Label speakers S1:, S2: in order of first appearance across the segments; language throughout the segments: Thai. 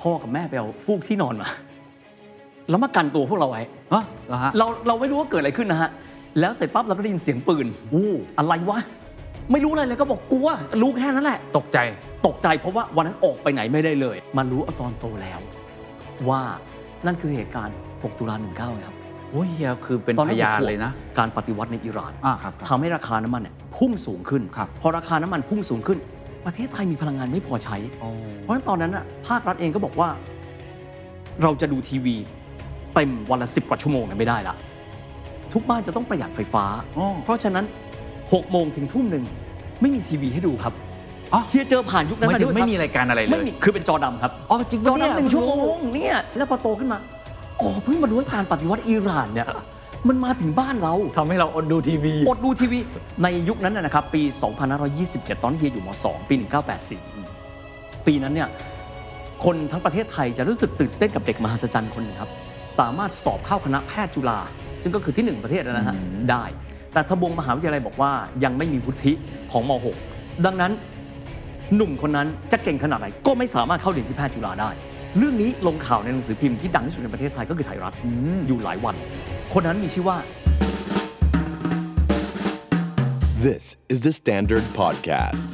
S1: พ่อกับแม่ไปเอาฟูกที่นอนมา แล้วมากันตัวพวกเราไว้
S2: ฮะเหรอฮะ
S1: เราเราไม่รู้ว่าเกิดอะไรขึ้นนะฮะ แล้วเสร็จปั๊บเราก็ได้ยินเสียงปืน
S2: อู้
S1: อะไรวะ ไม่รู้อะไรเลยก็บอกกลัว รู้แค่นั้นแหละ
S2: ตกใจ
S1: ตกใจเพราะว่าวันนั้นออกไปไหนไม่ได้เลย มารู้เอาตอนโตแล้ว ว่านั่นคือเหตุการณ์ 6 ตุลา19ไงครับ
S2: โอ้ยเฮียคือเป็น
S1: ตอ
S2: พยานเลยนะ
S1: การปฏิวัติในอิหร่าน
S2: อ่าครับครับ
S1: ทำให้ราคาน้ำมันเนี่ยพุ่งสูงขึ้น
S2: ครับ
S1: พอราคาน้ำมันพุ่งสูงขึ้น ประเทศไทยมีพลังงานไม่พอใช้
S2: อ๋อ
S1: เพราะฉะนั้นตอนนั้นน่ะภาครัฐเองก็บอกว่า เราจะดูทีวีเต็มวันละสิบกว่าชั่วโมงเนี่ยไม่ได้ละทุกบ้านจะต้องประหยัดไฟฟ้า
S2: อ๋อ
S1: เพราะฉะนั้น6โมงถึงทุ่มหนึ่งไม่มีทีวีให้ดูครับ
S2: อ๋อ
S1: เฮียเจอผ่านยุคนั้น
S2: ไม่
S1: มา
S2: ถึ
S1: ด้
S2: ง
S1: วย
S2: ไม่มี
S1: ครับ
S2: รายการอะไรเล
S1: ไม่
S2: ย
S1: มีคือเป็นจอดำครับ
S2: อ๋อจริง
S1: จ
S2: ปะ
S1: อ
S2: เนี่ย
S1: ดำหนึ่งชั่วโมงเนี่ยแล้วพอโตขึ้นมาโอ้เพิ่งมารู้ว่าการปฏิวัติอิหร่านเนี่ยมันมาถึงบ้านเรา
S2: ทำให้เราอดดูทีวี
S1: อดดูทีวี ในยุคนั้นนะนะครับ ปี 2527 ตอนนเฮียอยู่ม .2 ปี 1984 ปีนั้นเนี่ยคนทั้งประเทศไทยจะรู้สึกตื่นเต้นกับเด็กมหัศจรรย์คนหนึ่งครับ สามารถสอบเข้าคณะแพทย์จุฬาซึ่งก็คือที่หนึ่งประเทศนะฮะ
S2: อืม
S1: ได้ แต่ทบวงมหาวิทยาลัยบอกว่ายังไม่มีวุฒิของม .6 ดังนั้นหนุ่มคนนั้นจะเก่งขนาดไหนก็ไม่สามารถเข้าเรียนที่แพทย์จุฬาได้ เรื่องนี้ลงข่าวในหนังสือพิมพ์ที่ดังที่สุดในประเทศไทยก็คือไทยรัฐ
S2: อืม
S1: อยู่หลายวัน คนนั้นมีชื่อว่า
S3: This is the Standard Podcast.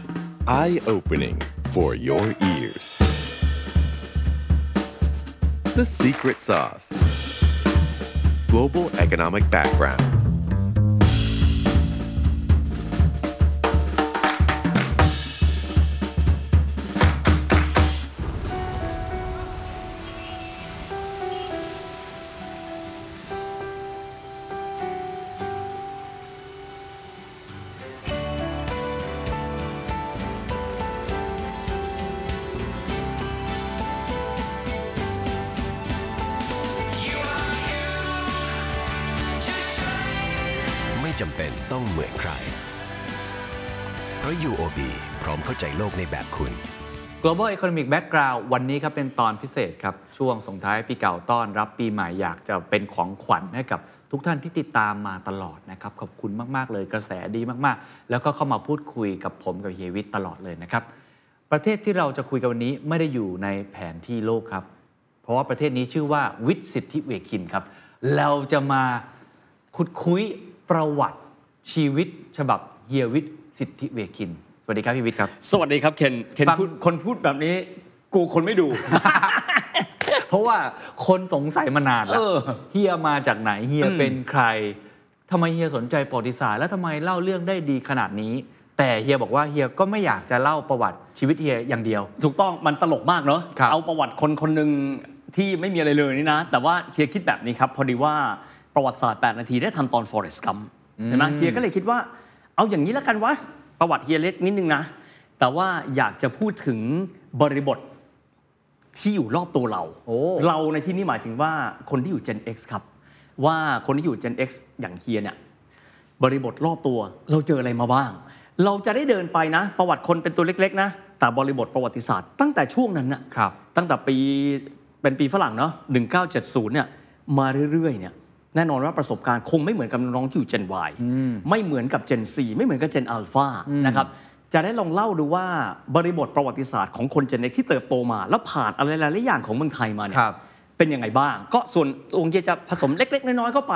S3: Eye opening for your ears. The Secret Sauce Global Economic Background.
S4: ไม่จำเป็นต้องเหมือนใคร เพราะ UOB พร้อมเข้าใจโลกในแบบคุณ
S2: Global Economic Background วันนี้ครับเป็นตอนพิเศษครับ ช่วงส่งท้ายปีเก่าต้อนรับปีใหม่อยากจะเป็นของขวัญให้กับทุกท่านที่ติดตามมาตลอดนะครับ ขอบคุณมาก ๆ เลยกระแสดีมาก ๆ แล้วก็เข้ามาพูดคุยกับผมกับเฮียวิทย์ตลอดเลยนะครับ ประเทศที่เราจะคุยกันวันนี้ไม่ได้อยู่ในแผนที่โลกครับ เพราะว่าประเทศนี้ชื่อว่าวิทย์สิทธิเวคินครับ เราจะมาขุดคุยประวัติชีวิต ฉบับเฮียวิทย์สิทธิเวคิน สวัสดีครับพี่วิทย์ครับ
S1: สวัสดีครับ เคนเคน
S2: ฟัง
S1: พูดคนพูดแบบนี้ กูคนไม่ดู
S2: เพราะว่าคนสงสัยมานานแล้ว
S1: เออ
S2: เฮียมาจากไหนเฮีย
S1: อืม
S2: เป็นใครทำไมเฮียสนใจประวัติศาสตร์และทำไมเล่าเรื่องได้ดีขนาดนี้ แต่เฮียบอกว่าเฮียก็ไม่อยากจะเล่าประวัติชีวิตเฮียอย่างเดียว
S1: ถูกต้องมันตลกมากเนอะ
S2: ครับ
S1: เอาประวัติคนคนหนึ่งที่ไม่มีอะไรเลยนี่นะ แต่ว่าเฮียคิดแบบนี้ครับ พอดีว่าประวัติศาสตร์ 8 นาทีได้ทำตอน Forest Gump เห็นไหมเฮียก็เลยคิดว่า เอาอย่างนี้แล้วกันวะ ประวัติเฮียเล็กนิดนึงนะ แต่ว่าอยากจะพูดถึงบริบทที่อยู่รอบตัวเรา
S2: โอ้
S1: เราในที่นี้หมายถึงว่าคนที่อยู่ Gen X ครับ ว่าคนที่อยู่ Gen X อย่างเฮียเนี่ย บริบทรอบตัวเราเจออะไรมาบ้าง เราจะได้เดินไปนะ ประวัติคนเป็นตัวเล็กๆนะ แต่บริบทประวัติศาสตร์ ตั้งแต่ช่วงนั้นน่ะ
S2: ครับ
S1: ตั้งแต่ปีเป็นปีฝรั่งเนาะ1970เนี่ยมาเรื่อยๆเนี่ยแน่นอนว่าประสบการณ์คงไม่เหมือนกับน้องที่อยู่ Gen Y ไม่เหมือนกับ Gen C ไม่เหมือนกับ Gen Alpha นะครับจะได้ลองเล่าดูว่าบริบทประวัติศาสตร์ของคน Gen X ที่เติบโตมา แล้วผ่านอะไรหลายๆอย่างของเมืองไทยมาเนี่ย
S2: ครับ
S1: เป็นยังไงบ้าง ก็ส่วนองค์เจจะผสมเล็ก ๆ น้อย ๆ เข้าไป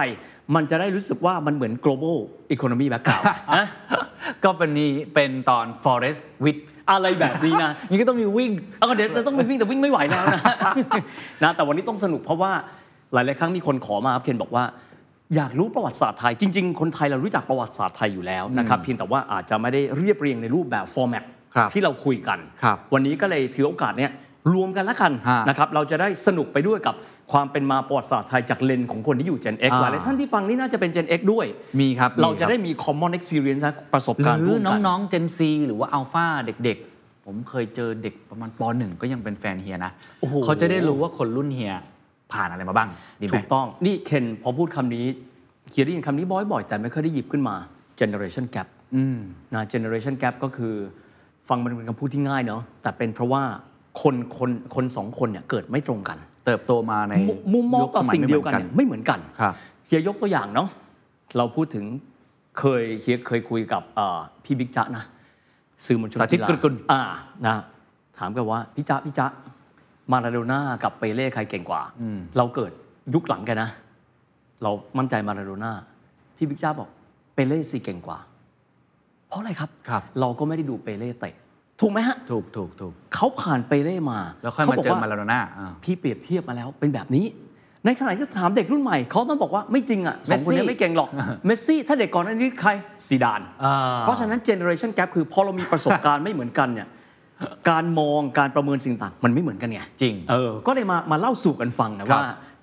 S1: มันจะได้รู้สึกว่ามันเหมือน global economy background นะ
S2: ก็เป็นนี้เป็นตอน forest with
S1: อะไรแบบนี้นะ
S2: นี่ ก็ต้องมีวิ่ง
S1: เอาก็เดี๋ยวจะต้องไปวิ่งแต่วิ่งไม่ไหวแล้ว นะ นะแต่วันนี้ต้องสนุกเพราะว่าหลาย ๆ ครั้งมีคนขอมาครับเคนบอกว่า อยากรู้ประวัติศาสตร์ไทย จริง ๆ คนไทยเรารู้จักประวัติศาสตร์ไทยอยู่แล้วนะครับเพียงแต่ว่าอาจจะไม่ได้เรียบเรียงในรูปแบบฟอร์แมต
S2: ครับ
S1: ที่เราคุยกัน
S2: ครับ
S1: วันนี้ก็เลยถือโอกาสเนี่ยรวมกันละกัน
S2: ฮะ
S1: นะครับเราจะได้สนุกไปด้วยกับความเป็นมาประวัติศาสตร์ไทยจากเลนส์ของคนที่อยู่ Gen X
S2: อ่า
S1: หลายๆท่านที่ฟังนี่น่าจะเป็น Gen X ด้วย
S2: มีครับ
S1: เราจะได้มี common experience นะประสบ
S2: ห
S1: การณ์
S2: รื
S1: ร่
S2: อ
S1: วมกัน
S2: น้องๆ Gen Z หรือว่าอัลฟาเด็กๆ ผมเคยเจอเด็กประมาณปหนึ่งก็ยังเป็นแฟนเฮียนะ
S1: โอ้โห
S2: เขาจะได้รู้ว่าคนรุ่นเฮียผ่านอะไรมาบ้างดีไหม
S1: ถูกต้อง นี่เคนพอพูดคำนี้เคียได้ยินคำนี้บ่อยๆ แต่ไม่เคยได้หยิบขึ้นมา generation gap นะ generation gap ก็คือ ฟังมันเป็นคำพูดที่ง่ายเนาะแต่เป็นเพราะว่าคนคนคนสองคนเนี่ยเกิดไม่ตรงกัน
S2: เติบโตมาใน
S1: มุมุมมองต่อสิ่งเดียวกัน
S2: ค
S1: เนี่ย
S2: สมั
S1: ไม่เหมือนกัน
S2: ไม่หมือนครับ
S1: เฮียยกตัวอย่างเนาะเราพูดถึงเคยเฮียเคยคุยกับเอ่อพี่บิ๊กจ๊ะนะสื่อมวลชน
S2: สาธิต
S1: ฬ
S2: กุลกุล
S1: อ่านะถามกันว่าพี่จ๊ะพี่จ๊ะ มาราโดน่ากับเปเล่ใครเก่งกว่า เราเกิดยุคหลังกันนะ เรามั่นใจมาราโดน่าพี่บิ๊กจ้าบอกเปเล่สิเก่งกว่า เพราะอะไรครับ
S2: ครับ
S1: เราก็ไม่ได้ดูเปเล่เตะ ถูกไหมฮะ
S2: ถูกถูกถูก
S1: เขาผ่านเปเล่มา
S2: แล้วค่อย
S1: ข
S2: มา
S1: บก
S2: เจอมาลาโดน่าอ่า
S1: พี่เปรียบเทียบมาแล้วเป็นแบบนี้ ในขณะที่ถามเด็กรุ่นใหม่ เขาต้องบอกว่าไม่จริงอ่ะสองคน
S2: เมสซี่
S1: นี้ไม่เก่ งหรอก เมสซี่ ถ้าเด็กก่อนหน้านี้ใครซีดาน
S2: อ่า
S1: เพราะฉะนั้นเจเนอเรชันแกรคือพอเรามีประสบการณ์ ไม่เหมือนกัน เนี่ยการมองการประเมินสิ่งต่างมันไม่เหมือนกันไง
S2: จริง
S1: เออ ก็เลยมามาเล่าสู่กันฟังนะครับ ว่า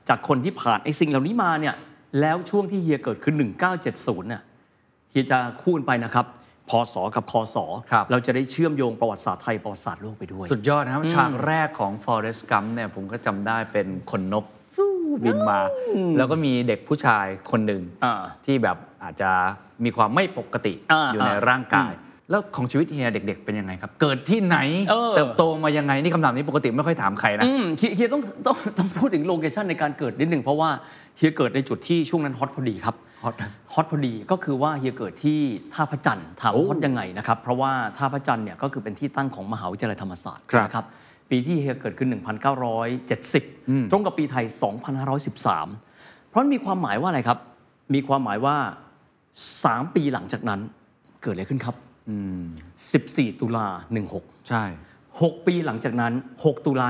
S1: จากคนที่ผ่านไอ้สิ่งเหล่านี้มาเนี่ย แล้วช่วงที่เฮียเกิดขึ้น 1970เนี่ยเฮียจะคูณไปนะครับ พศกับคศ
S2: ครับ
S1: เราจะได้เชื่อมโยงประวัติศาสตร์ไทยประวัติศาสตร์โลกไปด้วย
S2: สุดยอดนะครับฉากแรกของ Forest Gump เนี่ยผมก็จำได้เป็นคนนกบินมา แล้วก็มีเด็กผู้ชายคนหนึ่ง
S1: อ่า
S2: ที่แบบอาจจะมีความไม่ปกติ
S1: อ่า
S2: อยู่ในร่างกาย แล้วของชีวิตเฮียเด็ก ๆ เป็นยังไงครับ เกิดที่ไหน
S1: เออ
S2: เติบโตมายังไง นี่คำถามนี้ปกติไม่ค่อยถามใครนะ
S1: อืมเฮียเฮียต้องต้องต้องพูดถึงโลเคชันในการเกิดนิดหนึ่งเพราะว่าเฮียเกิดในจุดที่ช่วงนั้นฮอตพอดีครับ
S2: ฮอตนะ
S1: ฮอตพอดีก็คือว่าเฮียเกิดที่ท่าพระจันทร์ถามว่าฮอตยังไงนะครับ เพราะว่าท่าพระจันทร์เนี่ยก็คือเป็นที่ตั้งของมหาวิทยาลัยธรรมศาสตร์นะครับปีที่เฮียเกิดขึ้น 1970 ตรงกับปีไทย 2513 เพราะมันมีความหมายว่าอะไรครับ มีความหมายว่า 3 ปีหลังจากนั้นเกิดอะไรขึ้นครับ14 ตุลา16
S2: ใช่
S1: 6 ปีหลังจากนั้น 6 ตุลา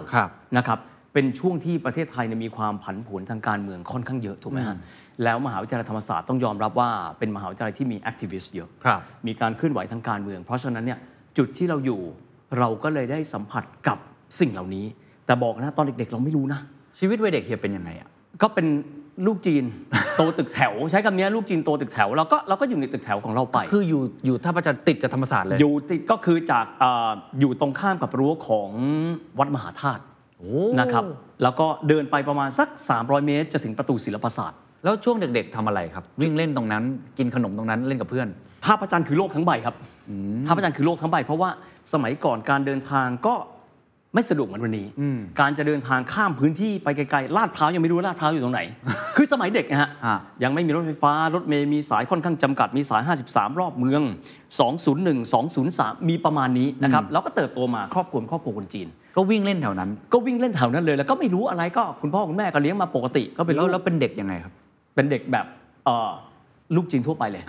S1: 19
S2: ครับ
S1: นะครับ เป็นช่วงที่ประเทศไทยเนี่ยมีความผันผวนทางการเมืองค่อนข้างเยอะถูกไหมฮะ แล้วมหาวิทยาลัยธรรมศาสตร์ต้องยอมรับว่าเป็นมหาวิทยาลัยที่มีแอคทิวิสต์เยอะ
S2: ครับ
S1: มีการเคลื่อนไหวทางการเมือง เพราะฉะนั้นเนี่ยจุดที่เราอยู่เราก็เลยได้สัมผัสกับสิ่งเหล่านี้ แต่บอกนะตอนเด็กๆ เราไม่รู้นะ
S2: ชีวิตวัยเด็กเฮียเป็นยังไงอ่ะ
S1: ก็เป็นลูกจีน โตตึกแถว ใช้คำนี้ลูกจีนโตตึกแถวเราก็เราก็อยู่ในตึกแถวของเราไป
S2: คืออยู่อยู่ท่าประจันทร์ติดกับธรรมศาสตร์เลย
S1: อยู่ติดก็คือจากเอ่ออยู่ตรงข้ามกับรั้วของวัดมหาธาตุนะครับ แล้วก็เดินไปประมาณสัก 300 เมตร จะถึงประตูศิลปศาสตร์
S2: แล้วช่วงเด็ก ๆทำอะไรครับ วิ่งเล่นตรงนั้นกินขนมตรงนั้นเล่นกับเพื่อน
S1: ท่าพระจันทร์คือโลกทั้งใบครับท่าพระจันทร์คือโลกทั้งใบ เพราะว่าสมัยก่อนการเดินทางก็ไม่สะดวกเหมือนวันนี้ การจะเดินทางข้ามพื้นที่ไปไกลๆลาดพร้าวยังไม่รู้ว่าลาดพร้าวอยู่ตรง ไหน คือสมัยเด็กนะฮะ
S2: อ่า
S1: ยังไม่มีรถไฟฟ้า รถเมย์มีสายค่อนข้างจำกัดมีสาย 53 รอบเมือง 201 203 มีประมาณนี้นะครับแล้วก็เติบโตมาครอบครัวเป็นครอบครัวคนจีน
S2: ก็วิ่งเล่นแถวนั้น
S1: ก็วิ่งเล่นแถวนั้นเลย แล้วก็ไม่รู้อะไรก็คุณพ่อ คุณแม่ก็เลี้ยงมาปกติ ก็เป็น
S2: แล้วแล้วเป็นเด็กยังไงครับ
S1: เป็นเด็กแบบเอ่อลูกจีนทั่วไป เลย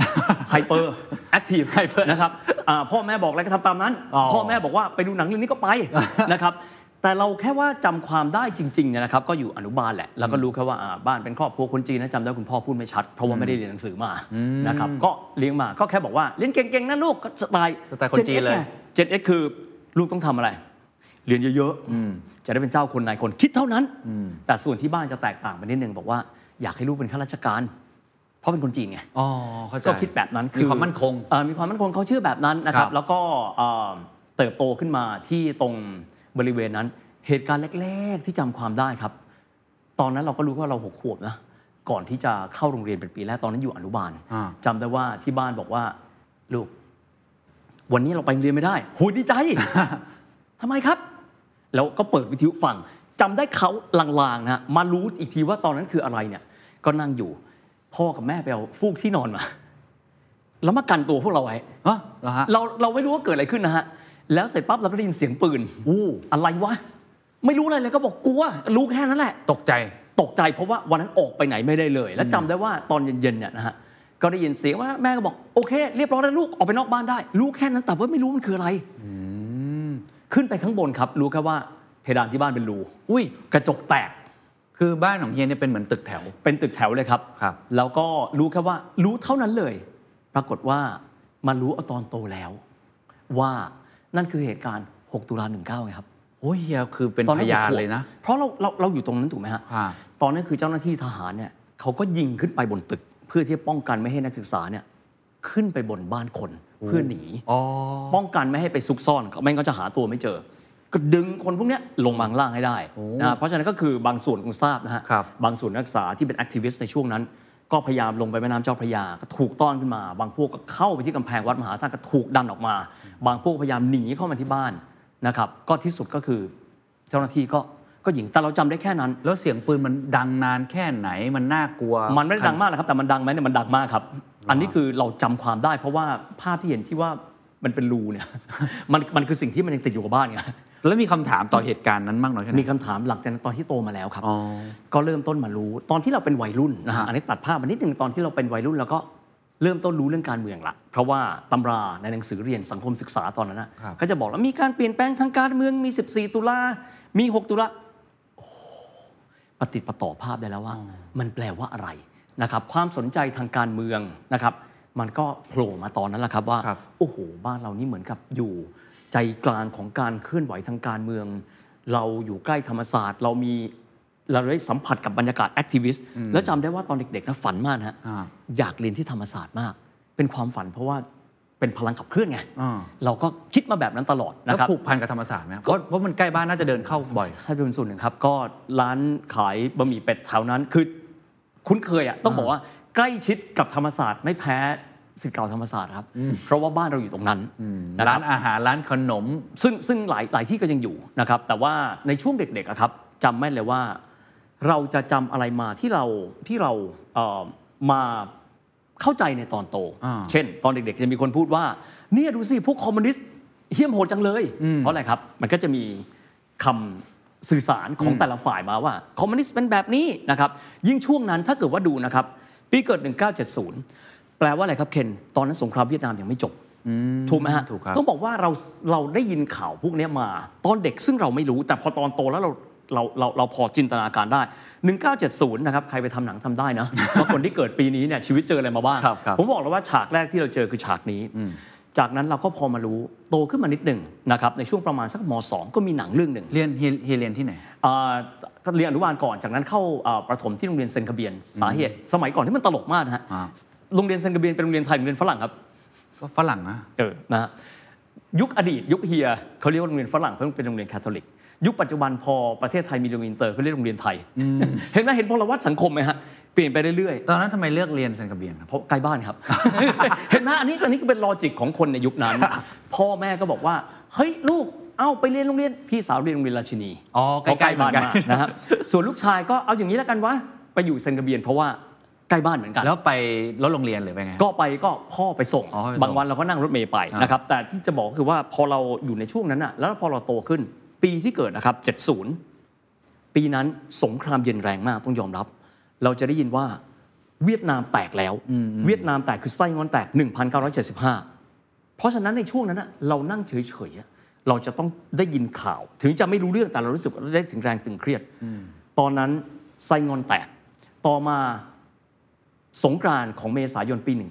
S1: ไฮเปอร์แอคทีฟไฮเปอร์นะครับอ่าพ่อแม่บอกอะไรก็ทำตามนั้น
S2: อ๋อ
S1: พ่อแม่บอกว่าไปดูหนังเรื่องนี้ก็ ไป นะครับ แต่เราแค่ว่าจำความได้จริงๆเนี่ยนะครับ ก็อยู่อนุบาลแหละ แล้วก็รู้แค่ว่าอ่าบ้านเป็นครอบครัวคนจีนนะจำได้คุณพ่อพูดไม่ชัด เพราะว่าไม่ได้เรียนหนังสือมานะครับก็เลี้ยงมาก็แค่บอกว่าเรียนเก่งๆนะลูกก็สไตล์
S2: สไตล์คนจีนเลย
S1: เจ็ดเอ็กคือลูกต้องทำอะไร เรียนเยอะๆจะได้เป็นเจ้าคนนายคนคิดเท่านั้น แต่ส่วนที่บ้านจะแตกต่างไปนิดนึงบอกว่าอยากให้ลูกเป็นข้าราชการ เพราะเป็นคนจีนไง
S2: อ๋อเข้าใจ
S1: ก็คิดแบบนั้น
S2: มีความมั่นคง
S1: เอ่อมีความมั่นคงเขาเชื่อแบบนั้นนะครั
S2: ครับ บ
S1: แล้วก็เอ่อเติบโตขึ้นมาที่ตรงบริเวณนั้น เหตุการณ์แรก ๆ ที่จำความได้ครับ ตอนนั้นเราก็รู้ว่าเราหกขวบนะก่อนที่จะเข้าโรงเรียนเป็นปีแรกตอนนั้นอยู่อนุบาล
S2: อ่า
S1: จำได้ว่าที่บ้านบอกว่าลูก วันนี้เราไปโรงเรียนไม่ได้โหูดีใจ ทำไมครับ แล้วก็เปิดวิทยุฟังจำได้เขาลางๆนะฮะมารู้อีกทีว่าตอนนั้นคืออะไรเนี่ย ก็นั่งอยู่ พ่อกับแม่ไปเอาฟูกที่นอนมา แล้วมากันตัวพวกเราไว้
S2: อ๋อเหรอฮะ
S1: เราเราไม่รู้ว่าเกิดอะไรขึ้นนะฮะ แล้วเสร็จปั๊บเราก็ได้ยินเสียงปืนอู้อะไรวะ ไม่รู้อะไรเลยก็บอกกลัว รู้แค่นั้นแหละ
S2: ตกใจ
S1: ตกใจเพราะว่าวันนั้นออกไปไหนไม่ได้เลย แล้วจำได้ว่าตอนเย็นๆเนี่ยนะฮะก็ได้ยินเสียงว่าแม่ก็บอกโอเค เรียบร้อยแล้วลูกออกไปนอกบ้านได้ รู้แค่นั้นแต่ว่าไม่รู้มันคืออะไรขึ้นไปข้างบนครับ รู้แค่ว่าเพดานที่บ้านเป็นรู
S2: อุ้ย
S1: กระจกแตก
S2: คือบ้านของเฮียเนี่ยเป็นเหมือนตึกแถว
S1: เป็นตึกแถวเลยครับ
S2: ครับ
S1: แล้วก็รู้แค่ว่ารู้เท่านั้นเลย ปรากฏว่ามารู้เอาตอนโตแล้ว ว่านั่นคือเหตุการณ์ 6 ตุลา19ไงครับ
S2: โอ้ยเฮียคือเป็น
S1: ตอน
S2: พ
S1: นั้น
S2: ยาน
S1: หกขวบ
S2: เลยนะ
S1: เพราะเราเราเราอยู่ตรงนั้นถูกไหมฮะ
S2: ค่ะ
S1: ตอนนั้นคือเจ้าหน้าที่ทหารเนี่ยเขาก็ยิงขึ้นไปบนตึก เพื่อที่จะป้องกันไม่ให้นักศึกษาเนี่ยขึ้นไปบนบ้านคนเพื่อหนี
S2: อ๋อ
S1: ป้องกันไม่ให้ไปซุกซ่อนเขาไม่งั้นก็จะหาตัวไม่เจอ ก็ดึงคนพวกเนี้ยลงมาข้างล่างให้ได้นะเพราะฉะนั้นก็คือบางส่วนคงทราบนะฮะ
S2: ครับ
S1: บางส่วนนักศึกษาที่เป็นแอคทิวิสต์ในช่วงนั้น ก็พยายามลงไปแม่น้ำเจ้าพระยาก็ถูกต้อนขึ้นมา บางพวกก็เข้าไปที่กำแพงวัดมหาธาตุก็ถูกดันออกมา บางพวกพยายามหนีเข้ามาที่บ้านนะครับก็ที่สุดก็คือเจ้าหน้าที่ก็ก็ยิงแต่เราจำได้แค่นั้น
S2: แล้วเสียงปืนมันดังนานแค่ไหน มันน่ากลัว
S1: มันไม่ได้ดังมากนะครับ แต่มันดังไหมเนี่ยมันดังมากครับ อันนี้คือเราจำความ ได้ เพราะว่าภาพที่เห็นที่ว่ามันเป็นรูเนี่ย มันมันคือสิ่งที่มันยังติดอยู่กับบ้านไง
S2: แล้วมีคำถามต่อเหตุการณ์นั้นมากน้อยแค่ไหน
S1: มีคำถามหลังจากนั้นตอนที่โตมาแล้วครับ
S2: อ๋อ
S1: ก็เริ่มต้นมารู้ตอนที่เราเป็นวัยรุ่นนะฮะอันนี้ตัดภาพมานิดหนึ่งตอนที่เราเป็นวัยรุ่นแล้วก็เริ่มต้นรู้เรื่องการเมืองละเพราะว่าตำราในหนังสือเรียนสังคมศึกษาตอนนั้นนะครับ ก็จะบอกแล้วมีการเปลี่ยนแปลงทางการเมืองมี 14 ตุลามี 6 ตุลาโอ้โหปฏิดประต่อภาพได้แล้วว่า มันแปลว่าอะไรนะครับความสนใจทางการเมืองนะครับ มันก็โผล่มาตอนนั้นแหละครับว่า
S2: ครับ
S1: โอ้โห บ้านเรานี่เหมือนกับอยู่ใจกลางของการเคลื่อนไหวทางการเมือง เราอยู่ใกล้ธรรมศาสตร์ เรามีเราได้สัมผัสกับบรรยากาศแอคทิวิสต์แล้วจำได้ว่าตอนเด็กๆนะฝันมากนะฮะ
S2: อ่า
S1: อยากเรียนที่ธรรมศาสตร์มาก เป็นความฝันเพราะว่าเป็นพลังขับเคลื่อนไง
S2: อ่า
S1: เราก็คิดมาแบบนั้นตลอด
S2: แล้ว
S1: นะครับ
S2: ผูกพันกับธรรมศาสตร์ไหมครับเพราะเพราะมันใกล้บ้านน่าจะเดินเข้าบ่อย
S1: ถ้าเป็นส่วนหนึ่งครับ ก็ร้านขายบะหมี่เป็ดแถวนั้นคือคุ้นเคยอะต้องบอกว่าใกล้ชิดกับธรรมศาสตร์ไม่แพ้สิทธิ์เก่าธรรมศาสตร์ครับ เพราะว่าบ้านเราอยู่ตรงนั้นะคบ
S2: ร้านอาหารร้านขนม
S1: ซึ่งซึ่งหลายหลายที่ก็ยังอยู่นะครับ แต่ว่าในช่วงเด็กๆอะครับจำแม่นเลยว่า เราจะจำอะไรมาที่เราที่เราเอ่อมาเข้าใจในตอนโต
S2: อ่า
S1: เช่น ตอนเด็กๆ จะมีคนพูดว่า เนี่ยดูสิ พวกคอมมิวนิสต์เหี้ยมโหดจังเลย เพราะอะไรครับ มันก็จะมีคำสื่อสารของแต่ละฝ่ายมาว่า คอมมิวนิสต์เป็นแบบนี้นะครับ ยิ่งช่วงนั้นถ้าเกิดว่าดูนะครับ ปีเกิด 1970 แปลว่าอะไรครับเคนตอนนั้นสงครามเวียดนามยังไม่จบ ถูกไหมฮะ
S2: ถูกครับ
S1: ต้องบอกว่าเราเราได้ยินข่าวพวกเนี้ยมา ตอนเด็กซึ่งเราไม่รู้ แต่พอตอนโตแล้วเราเราเราเราพอจินตนาการได้ 1970 นะครับ ใครไปทำหนังทำได้นะ ว่าคนที่เกิดปีนี้เนี่ยชีวิตเจออะไรมาบ้าง
S2: ครับครับ
S1: ผมบอกแล้วว่าฉากแรกที่เราเจอคือฉากนี้ จากนั้นเราก็พอมารู้โตขึ้นมานิดหนึ่งนะครับในช่วงประมาณสักม .2 ก็มีหนังเรื่องหนึ่ง
S2: เรียนเฮียเฮียเรียนที่ไหน
S1: อ่าก็เรียนอนุบาลก่อนจากนั้นเข้าอ่าประถมที่โรงเรียนเซนคาเบียน สาเหตุ สมัยก่อนที่มันตลกมากนะฮะ
S2: อ่า
S1: โรงเรียนเซนคาเบียนเป็นโรงเรียนไทยโรงเรียนฝรั่งครับ
S2: ก็ฝรั่งนะ
S1: เออนะฮะยุคอดีตยุคเฮียเขาเรียกว่าโรงเรียนฝรั่งเพราะมันเป็นโรงเรียนคาทอลิก ยุคปัจจุบันพอประเทศไทยมีโรงเรียนอินเตอร์เขาเรียกโรงเรียนไทย เห็นไหมเห็นพลวัตสังคมไหมฮะเปลี่ยนไปเรื่อย
S2: ตอนนั้นทำไมเลือกเรียนเซนต์กระเบียนครับ
S1: ๆเพราะใกล้บ้าน ครับ เห็นไหมอันนี้อันนี้ก็เป็นลอจิกของคนในยุคนั้น พ่อแม่ก็บอกว่าเฮ้ยลูกเอาไปเรียนโรงเรียนพี่สาวเรียนโรงเรียนราชินี
S2: อ๋อใกล้ๆ
S1: เพราะบ้าน
S2: เหมือนกัน
S1: มากนะฮะส่วนลูกชายก็เอาอย่างนี้แล้วกันวะไปอยู่เซนกระเบียนเพราะว่าใกล้บ้านเหมือนกัน
S2: แล้วไปรถโรงเรียนหรือไปไง
S1: ก็ไปก็พ่อไปส่ง
S2: อ๋อไปส่ง
S1: บางวันเราก็นั่งรถเมย์ไป
S2: อ่าน
S1: นะครับ แต่ที่จะบอกก็คือว่าพอเราอยู่ในช่วงนั้นอ่ะแล้วพอเราโตขึ้น ปีที่เกิดนะครับ 70 ปีนั้นสงครามเย็นแรงมากต้องยอมรับ เราจะได้ยินว่าเวียดนามแตกแล้ว เวียดนามแตกคือไส้งอนแตก 1975 เพราะฉะนั้นในช่วงนั้นอ่ะเรานั่งเฉยๆอ่ะเราจะต้องได้ยินข่าว ถึงจะไม่รู้เรื่องแต่เรารู้สึกว่าได้ถึงแรงตึงเครียด ตอนนั้นไส้งอนแตกต่อมา สงกรานต์ของเมษายนปี 1975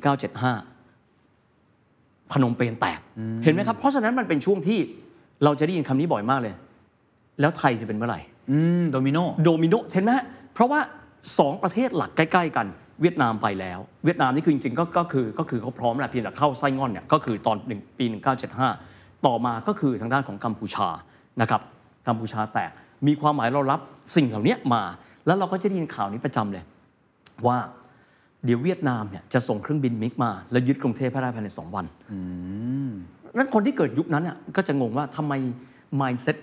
S1: พนมเปญแตก เห็นไหมครับ เพราะฉะนั้นมันเป็นช่วงที่เราจะได้ยินคำนี้บ่อยมากเลย แล้วไทยจะเป็นเมื่อไหร่
S2: อืมโดมิโน
S1: โดมิโนเห็นไหมฮะเพราะว่าสองประเทศหลักใกล้ ๆ กัน เวียดนามไปแล้ว เวียดนามนี่คือจริงๆก็ก็คือก็คือเขาพร้อมแหละเพียงแต่เข้าไส้งอนเนี่ยก็คือตอนหนึ่งปี 1975 ต่อมาก็คือทางด้านของกัมพูชานะครับกัมพูชาแตกมีความหมายเรารับสิ่งเหล่านี้มา แล้วเราก็จะได้ยินข่าวนี้ประจำเลย ว่าเดี๋ยวเวียดนามเนี่ยจะส่งเครื่องบินมิกมา แล้วยึดกรุงเทพให้ได้ภายในสองวัน นั้นคนที่เกิดยุคนั้นอ่ะก็จะงงว่าทำไม mindset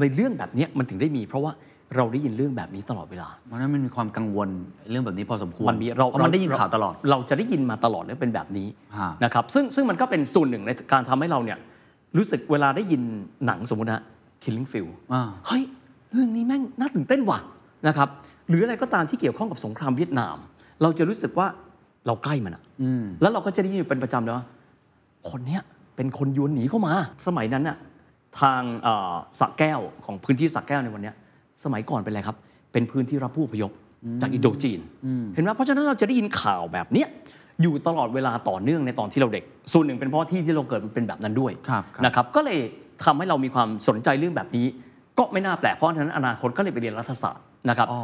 S1: ในเรื่องแบบเนี้ยมันถึงได้มี เพราะว่าเราได้ยินเรื่องแบบนี้ตลอดเวลา
S2: เพราะฉะนั้นมันมีความกังวลเรื่องแบบนี้พอสมควร
S1: มันมีเรา
S2: เพราะมันได้ยิน
S1: เร
S2: ข่าวตลอด
S1: เราจะได้ยินมาตลอดและเป็นแบบนี้
S2: ฮะ
S1: นะครับซึ่งซึ่งมันก็เป็นส่วนหนึ่งในการทำให้เราเนี่ยรู้สึกเวลาได้ยินหนังสมมตินะ Killing Field
S2: อ่า
S1: เฮ้ย เรื่องนี้แม่งน่าตื่นเต้นว่ะนะครับหรืออะไรก็ตามที่เกี่ยวข้องกับสงครามเวียดนาม เราจะรู้สึกว่าเราใกล้มันอะแล้วเราก็จะได้ยินอยู่เป็นประจำเลยว่าคนเนี้ยเป็นคนยวนหนีเข้ามา สมัยนั้นอะทางเอ่อสระแก้วของพื้นที่สระแก้วในวันเนี้ยสมัยก่อนเป็นอะไรครับ เป็นพื้นที่รับผู้อพยพจากอินโดจีน เห็นไหมเพราะฉะนั้นเราจะได้ยินข่าวแบบเนี้ยอยู่ตลอดเวลาต่อเนื่องในตอนที่เราเด็ก ส่วนหนึ่งเป็นเพราะที่ที่เราเกิดมันเป็นแบบนั้นด้วย
S2: ครับครับ
S1: นะครับก็เลยทำให้เรามีความสนใจเรื่องแบบนี้ ก็ไม่น่าแปลกเพราะฉะนั้นอนาคตก็เลยไปเรียนรัฐศาสตร์นะครับ
S2: อ๋อ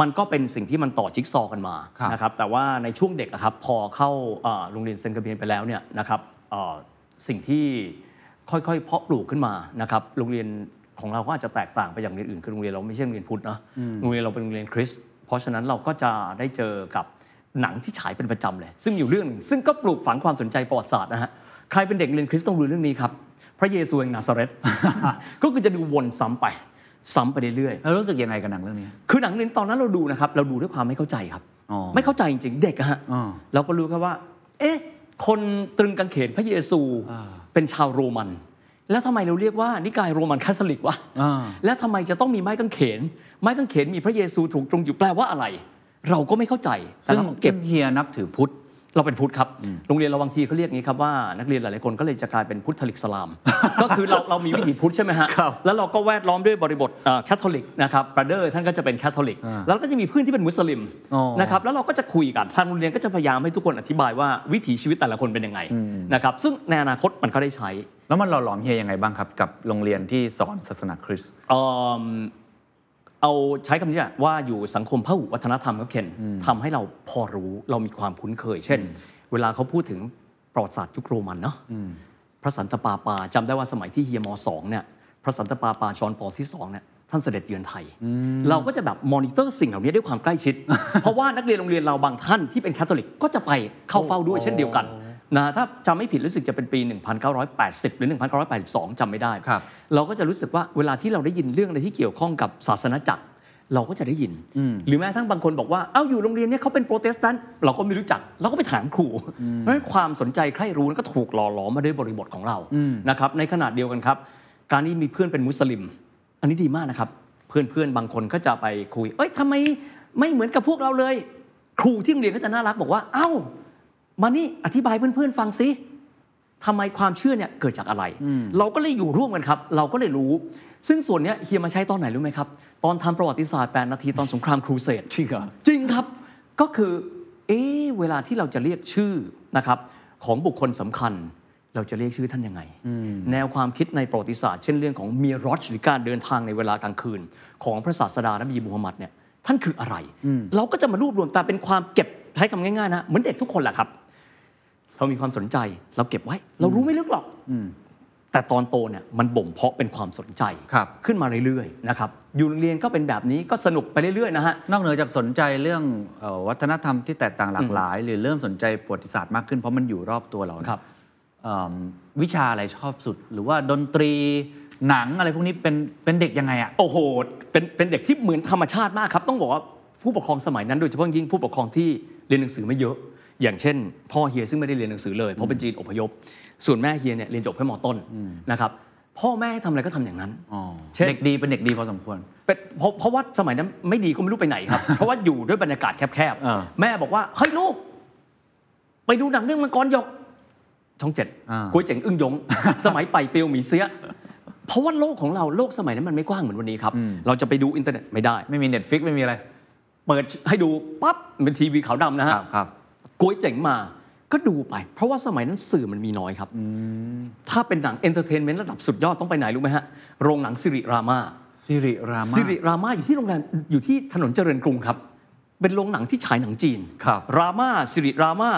S1: มันก็เป็นสิ่งที่มันต่อจิ๊กซอว์กันมา
S2: ครับ
S1: นะครับแต่ว่าในช่วงเด็กอะครับพอเข้าเอ่อโรงเรียนเซนต์กระเบียนไปแล้วเนี่ยนะครับเอ่อสิ่งที่ค่อยๆเพาะปลูกขึ้นมานะครับโรงเรียนของเราก็อาจจะแตกต่างไปอย่างโรงเรียนอื่นคือโรงเรียนเราไม่ใช่โรงเรียนพุทธนะโรงเรียนเราเป็นโรงเรียนคริสต์เพราะฉะนั้นเราก็จะได้เจอกับหนังที่ฉายเป็นประจำเลย ซึ่งอยู่เรื่องหนึ่งซึ่งก็ปลูกฝังความสนใจประวัติศาสตร์นะฮะใครเป็นเด็กเรียนคริสต์ต้องรู้เรื่องนี้ครับพระเยซูแห่งนาซาเรส ก็คือจะดูวนซ้ำไปซ้ำไปเรื่อยๆ
S2: แล้วรู้สึกยังไงกับหนังเรื่องนี้
S1: คือหนังเรื่องตอนนั้นเราดูนะครับ เราดูด้วยความไม่เข้าใจครับ
S2: อ๋อ
S1: ไม่เข้าใจจริงๆ เด็กอะฮะ
S2: อ่า
S1: เราก็รู้แค่ว่า เอ๊ะ คนตรึงกางเขนพระเยซู
S2: อ่า
S1: เป็นชาวโรมัน แล้วทำไมเราเรียกว่านิกายโรมันคาทอลิกวะ
S2: อ่า
S1: แล้วทำไมจะต้องมีไม้กางเขน ไม้กางเขนมีพระเยซูถูกตรงอยู่แปลว่าอะไร เราก็ไม่เข้าใจแต่
S2: ซึ่ง
S1: เราก็เก็
S2: เก็
S1: บ
S2: บเฮียนับถือพุทธ
S1: เราเป็นพุทธครับ โรงเรียนเราบางทีเขาเรียกอย่างนี้ครับว่านักเรียนหลายๆคนก็เลยจะกลายเป็นพุทธลิกสลาม ก็คือเราเรามีวิถีพุทธใช่ไหมฮะ
S2: ครับ
S1: แล้วเราก็แวดล้อมด้วยบริบทแคทอลิกนะครับประเดอร์ท่านก็จะเป็นแคทอลิก
S2: อ่า
S1: แล้วก็จะมีเพื่อนที่เป็นมุสลิม
S2: อ๋อ
S1: นะครับ แล้วเราก็จะคุยกัน ทางโรงเรียนก็จะพยายามให้ทุกคนอธิบายว่าวิถีชีวิตแต่ละคนเป็นยังไงนะครับ ซึ่งในอนาคตมันก็ได้ใช้
S2: แล้วมันหล่อหลอมเฮียยังไงบ้างครับกับโรงเรียนที่สอนศาสนาคริสต์
S1: เอิ่มเอาใช้คำนี้แหละว่าอยู่สังคมพหุวัฒนธรรมครับเคนทำให้เราพอรู้เรามีความคุ้นเคย เช่น เวลาเขาพูดถึงประวัติศาสตร์ยุคโรมันเนาะพระสันตะปาปาจำได้ว่าสมัยที่เฮียมสองเนี่ยพระสันตะปาปาจอห์นปอที่สองเนี่ยท่านเสด็จเยือนไทย เราก็จะแบบมอนิเตอร์สิ่งเหล่านี้ด้วยความใกล้ชิด เพราะว่านักเรียนโรงเรียนเราบางท่านที่เป็นแคทอลิกก็จะไปเข้าเฝ้าด้วยเช่นเดียวกันนะถ้าจำไม่ผิดรู้สึกจะเป็นปี 1980 หรือ 1982จำไม่ได้
S2: ครับ
S1: เราก็จะรู้สึกว่าเวลาที่เราได้ยินเรื่องอะไรที่เกี่ยวข้องกับศาสนาจักร เราก็จะได้ยิน หรือแม้กระทั้งบางคนบอกว่าเอ้าอยู่โรงเรียนเนี่ยเขาเป็นโปรเตสแตนต์เราก็ไม่รู้จัก เราก็ไปถามครู เพราะฉะนั้นความสนใจใคร่รู้นั้นก็ถูกหล่อหลอมมาด้วยบริบทของเรานะครับในขนาดเดียวกันครับ การที่มีเพื่อนเป็นมุสลิม อันนี้ดีมากนะครับ เพื่อนๆบางคนก็จะไปคุย เอ้ยทำไมไม่เหมือนกับพวกเราเลย ครูที่โรงเรียนก็จะน่ารักบอกว่าเอ้า มานี่อธิบายเพื่อนๆฟังสิ ทำไมความเชื่อเนี่ยเกิดจากอะไร เราก็เลยอยู่ร่วมกันครับ เราก็เลยรู้ ซึ่งส่วนเนี้ยเฮียมาใช้ตอนไหนรู้ไหมครับ ตอนทำประวัติศาสตร์ 8 นาทีตอนสงครามครูเสด
S2: จริงเหรอ
S1: จริงครับ ก็คือ เอ๊ะเวลาที่เราจะเรียกชื่อนะครับของบุคคลสำคัญ เราจะเรียกชื่อท่านยังไง แนวความคิดในประวัติศาสตร์ เช่นเรื่องของเมียรอชหรือการเดินทางในเวลากลางคืน ของพระศาสดานบีมูฮัมมัดเนี่ยท่านคืออะไร เราก็จะมารวบรวมแต่เป็นความเก็บใช้คำง่ายๆนะเหมือนเด็กทุกคนแหละครับ เรามีความสนใจเราเก็บไว้ เรารู้ไม่ลึกหรอกแต่ตอนโตเนี่ยมันบ่มเพาะเป็นความสนใจ
S2: ครับ
S1: ขึ้นมาเรื่อยๆนะครับอยู่โรงเรียนก็เป็นแบบนี้ก็สนุกไปเรื่อยๆนะฮะ
S2: นอกเหนือจากสนใจเรื่องเอ่อวัฒนธรรมที่แตกต่างหลากหลาย หรือเริ่มสนใจประวัติศาสตร์มากขึ้นเพราะมันอยู่รอบตัวเรา
S1: ครับ
S2: เอิ่มวิชาอะไรชอบสุด หรือว่าดนตรีหนังอะไรพวกนี้เป็นเป็นเด็กยังไงอะ
S1: โอ้โห เป็น เป็นเด็กที่เหมือนธรรมชาติมากครับ ต้องบอกว่าผู้ปกครองสมัยนั้นโดยเฉพาะยิ่งผู้ปกครองที่เรียนหนังสือไม่เยอะ อย่างเช่น พ่อเฮียซึ่งไม่ได้เรียนหนังสือเลยเพราะเป็นจีนอพยพ ส่วนแม่เฮียเนี่ยเรียนจบแค่มต้นนะครับ พ่อแม่ให้ทำอะไรก็ทำอย่างนั้น เช่น
S2: เด็กดีเป็นเด็กดีพอสมควร
S1: เป็นเพราะเพราะว่าสมัยนั้นไม่ดีก็ไม่รู้ไปไหนครับ เพราะว่าอยู่ด้วยบรรยากาศแคบ
S2: เออ
S1: ๆ แม่บอกว่า เฮ้ยลูก ไปดูหนังเรื่องมังกรหยก ช่องเจ็ด
S2: อ่า
S1: ก๋วยเจ๋งอึ้งหยง สมัยไปเปียวหมีเสีย เพราะว่าโลกของเราโลกสมัยนั้นมันไม่กว้างเหมือนวันนี้ครับ เราจะไปดูอินเทอร์เน็ตไม่ได้
S2: ไม่มีเน็ตฟิกไม่มีอะไร
S1: เปิดให้ดูปั๊บเป็นทีวีขาวดำนะฮะ
S2: ครับครับ
S1: ก๋วยเจ๋งมาก็ดูไป เพราะว่าสมัยนั้นสื่อมันมีน้อยครับ ถ้าเป็นหนังเอนเตอร์เทนเมนต์ระดับสุดยอดต้องไปไหนรู้ไหมฮะโรงหนังสิริรามา
S2: สิริรามา
S1: สิริรามาอยู่ที่โรงแรมอยู่ที่ถนนเจริญกรุงครับ เป็นโรงหนังที่ฉายหนังจีน
S2: ครับ
S1: รามาสิริรามา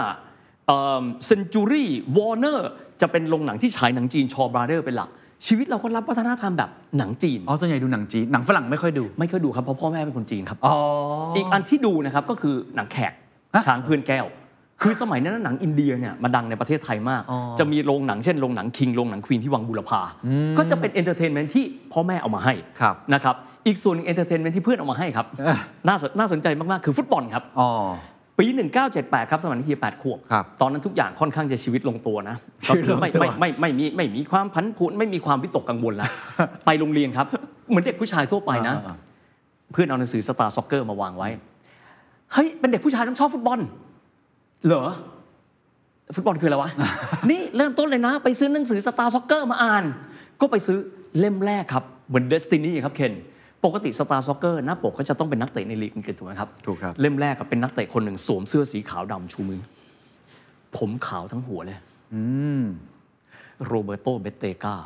S1: เซนจูรี่วอร์เนอร์จะเป็นโรงหนังที่ฉายหนังจีนชอบราเดอร์เป็นหลัก ชีวิตเราก็รับวัฒนธรรมแบบหนังจีน
S2: อ๋อส่วนใหญ่ดูหนังจีน หนังฝรั่งไม่ค่อยดู
S1: ไม่เคยดูครับ เพราะพ่อแม่เป็นคนจีนครับ
S2: อ๋อ
S1: อีกอันที่ดูนะครับก็คือหนังแขก
S2: ฮะ
S1: ช้างเพื่อนแก้ว คือสมัยนั้นนะหนังอินเดียเนี่ยมาดังในประเทศไทยมาก
S2: อ๋อ
S1: จะมีโรงหนังเช่นโรงหนังคิงโรงหนังควีนที่วังบุรพา ก็จะเป็นเอนเตอร์เทนเมนต์ที่พ่อแม่เอามาให้
S2: ครับ
S1: นะครับ อีกส่วนหนึ่งเอนเตอร์เทนเมนต์ที่เพื่อนเอามาให้ครับ
S2: เออ
S1: น่าสนน่าสนใจมาก ๆ คือฟุตบอลครับ
S2: อ๋อ
S1: ปี 1978 ครับสมัยที่เฮีย8ขวบ
S2: ครับ
S1: ตอนนั้นทุกอย่างค่อนข้างจะชีวิตลงตัว นะก็
S2: ชีวิต
S1: คื
S2: ล
S1: อง ไม่
S2: ตัว
S1: ไม่ไม่ไม่มีไม่มีความพันผุนไม่มีความวิตกกังวล แล้ว ไปโรงเรียนครับ เหมือนเด็กผู้ชายทั่วไปนะ
S2: อ่า
S1: เพื่อนเอาหนังสือสตาร์ซ็อกเกอร์มาวางไว้ เฮ้ย เป็นเด็กผู้ชายต้องชอบฟุตบอล เหรอ ฟุตบอลคืออะไร วะ นี่เริ่มต้นเลยนะ ไปซื้อหนังสือสตาร์ซ็อกเกอร์มาอ่าน ก็ไปซื้อเล่มแรกครับ เหมือนเดสตินีครับเคน ปกติสตาร์ซ็อกเกอร์หน้าปกก็จะต้องเป็นนักเตะในลีกอังกฤษถูกไหมครับ
S2: ถูกครับ
S1: เล่มแรกก็เป็นนักเตะคนหนึ่งสวมเสื้อสีขาวดำชูมือ ผมขาวทั้งหัวเลย โรเบโตเบเตกา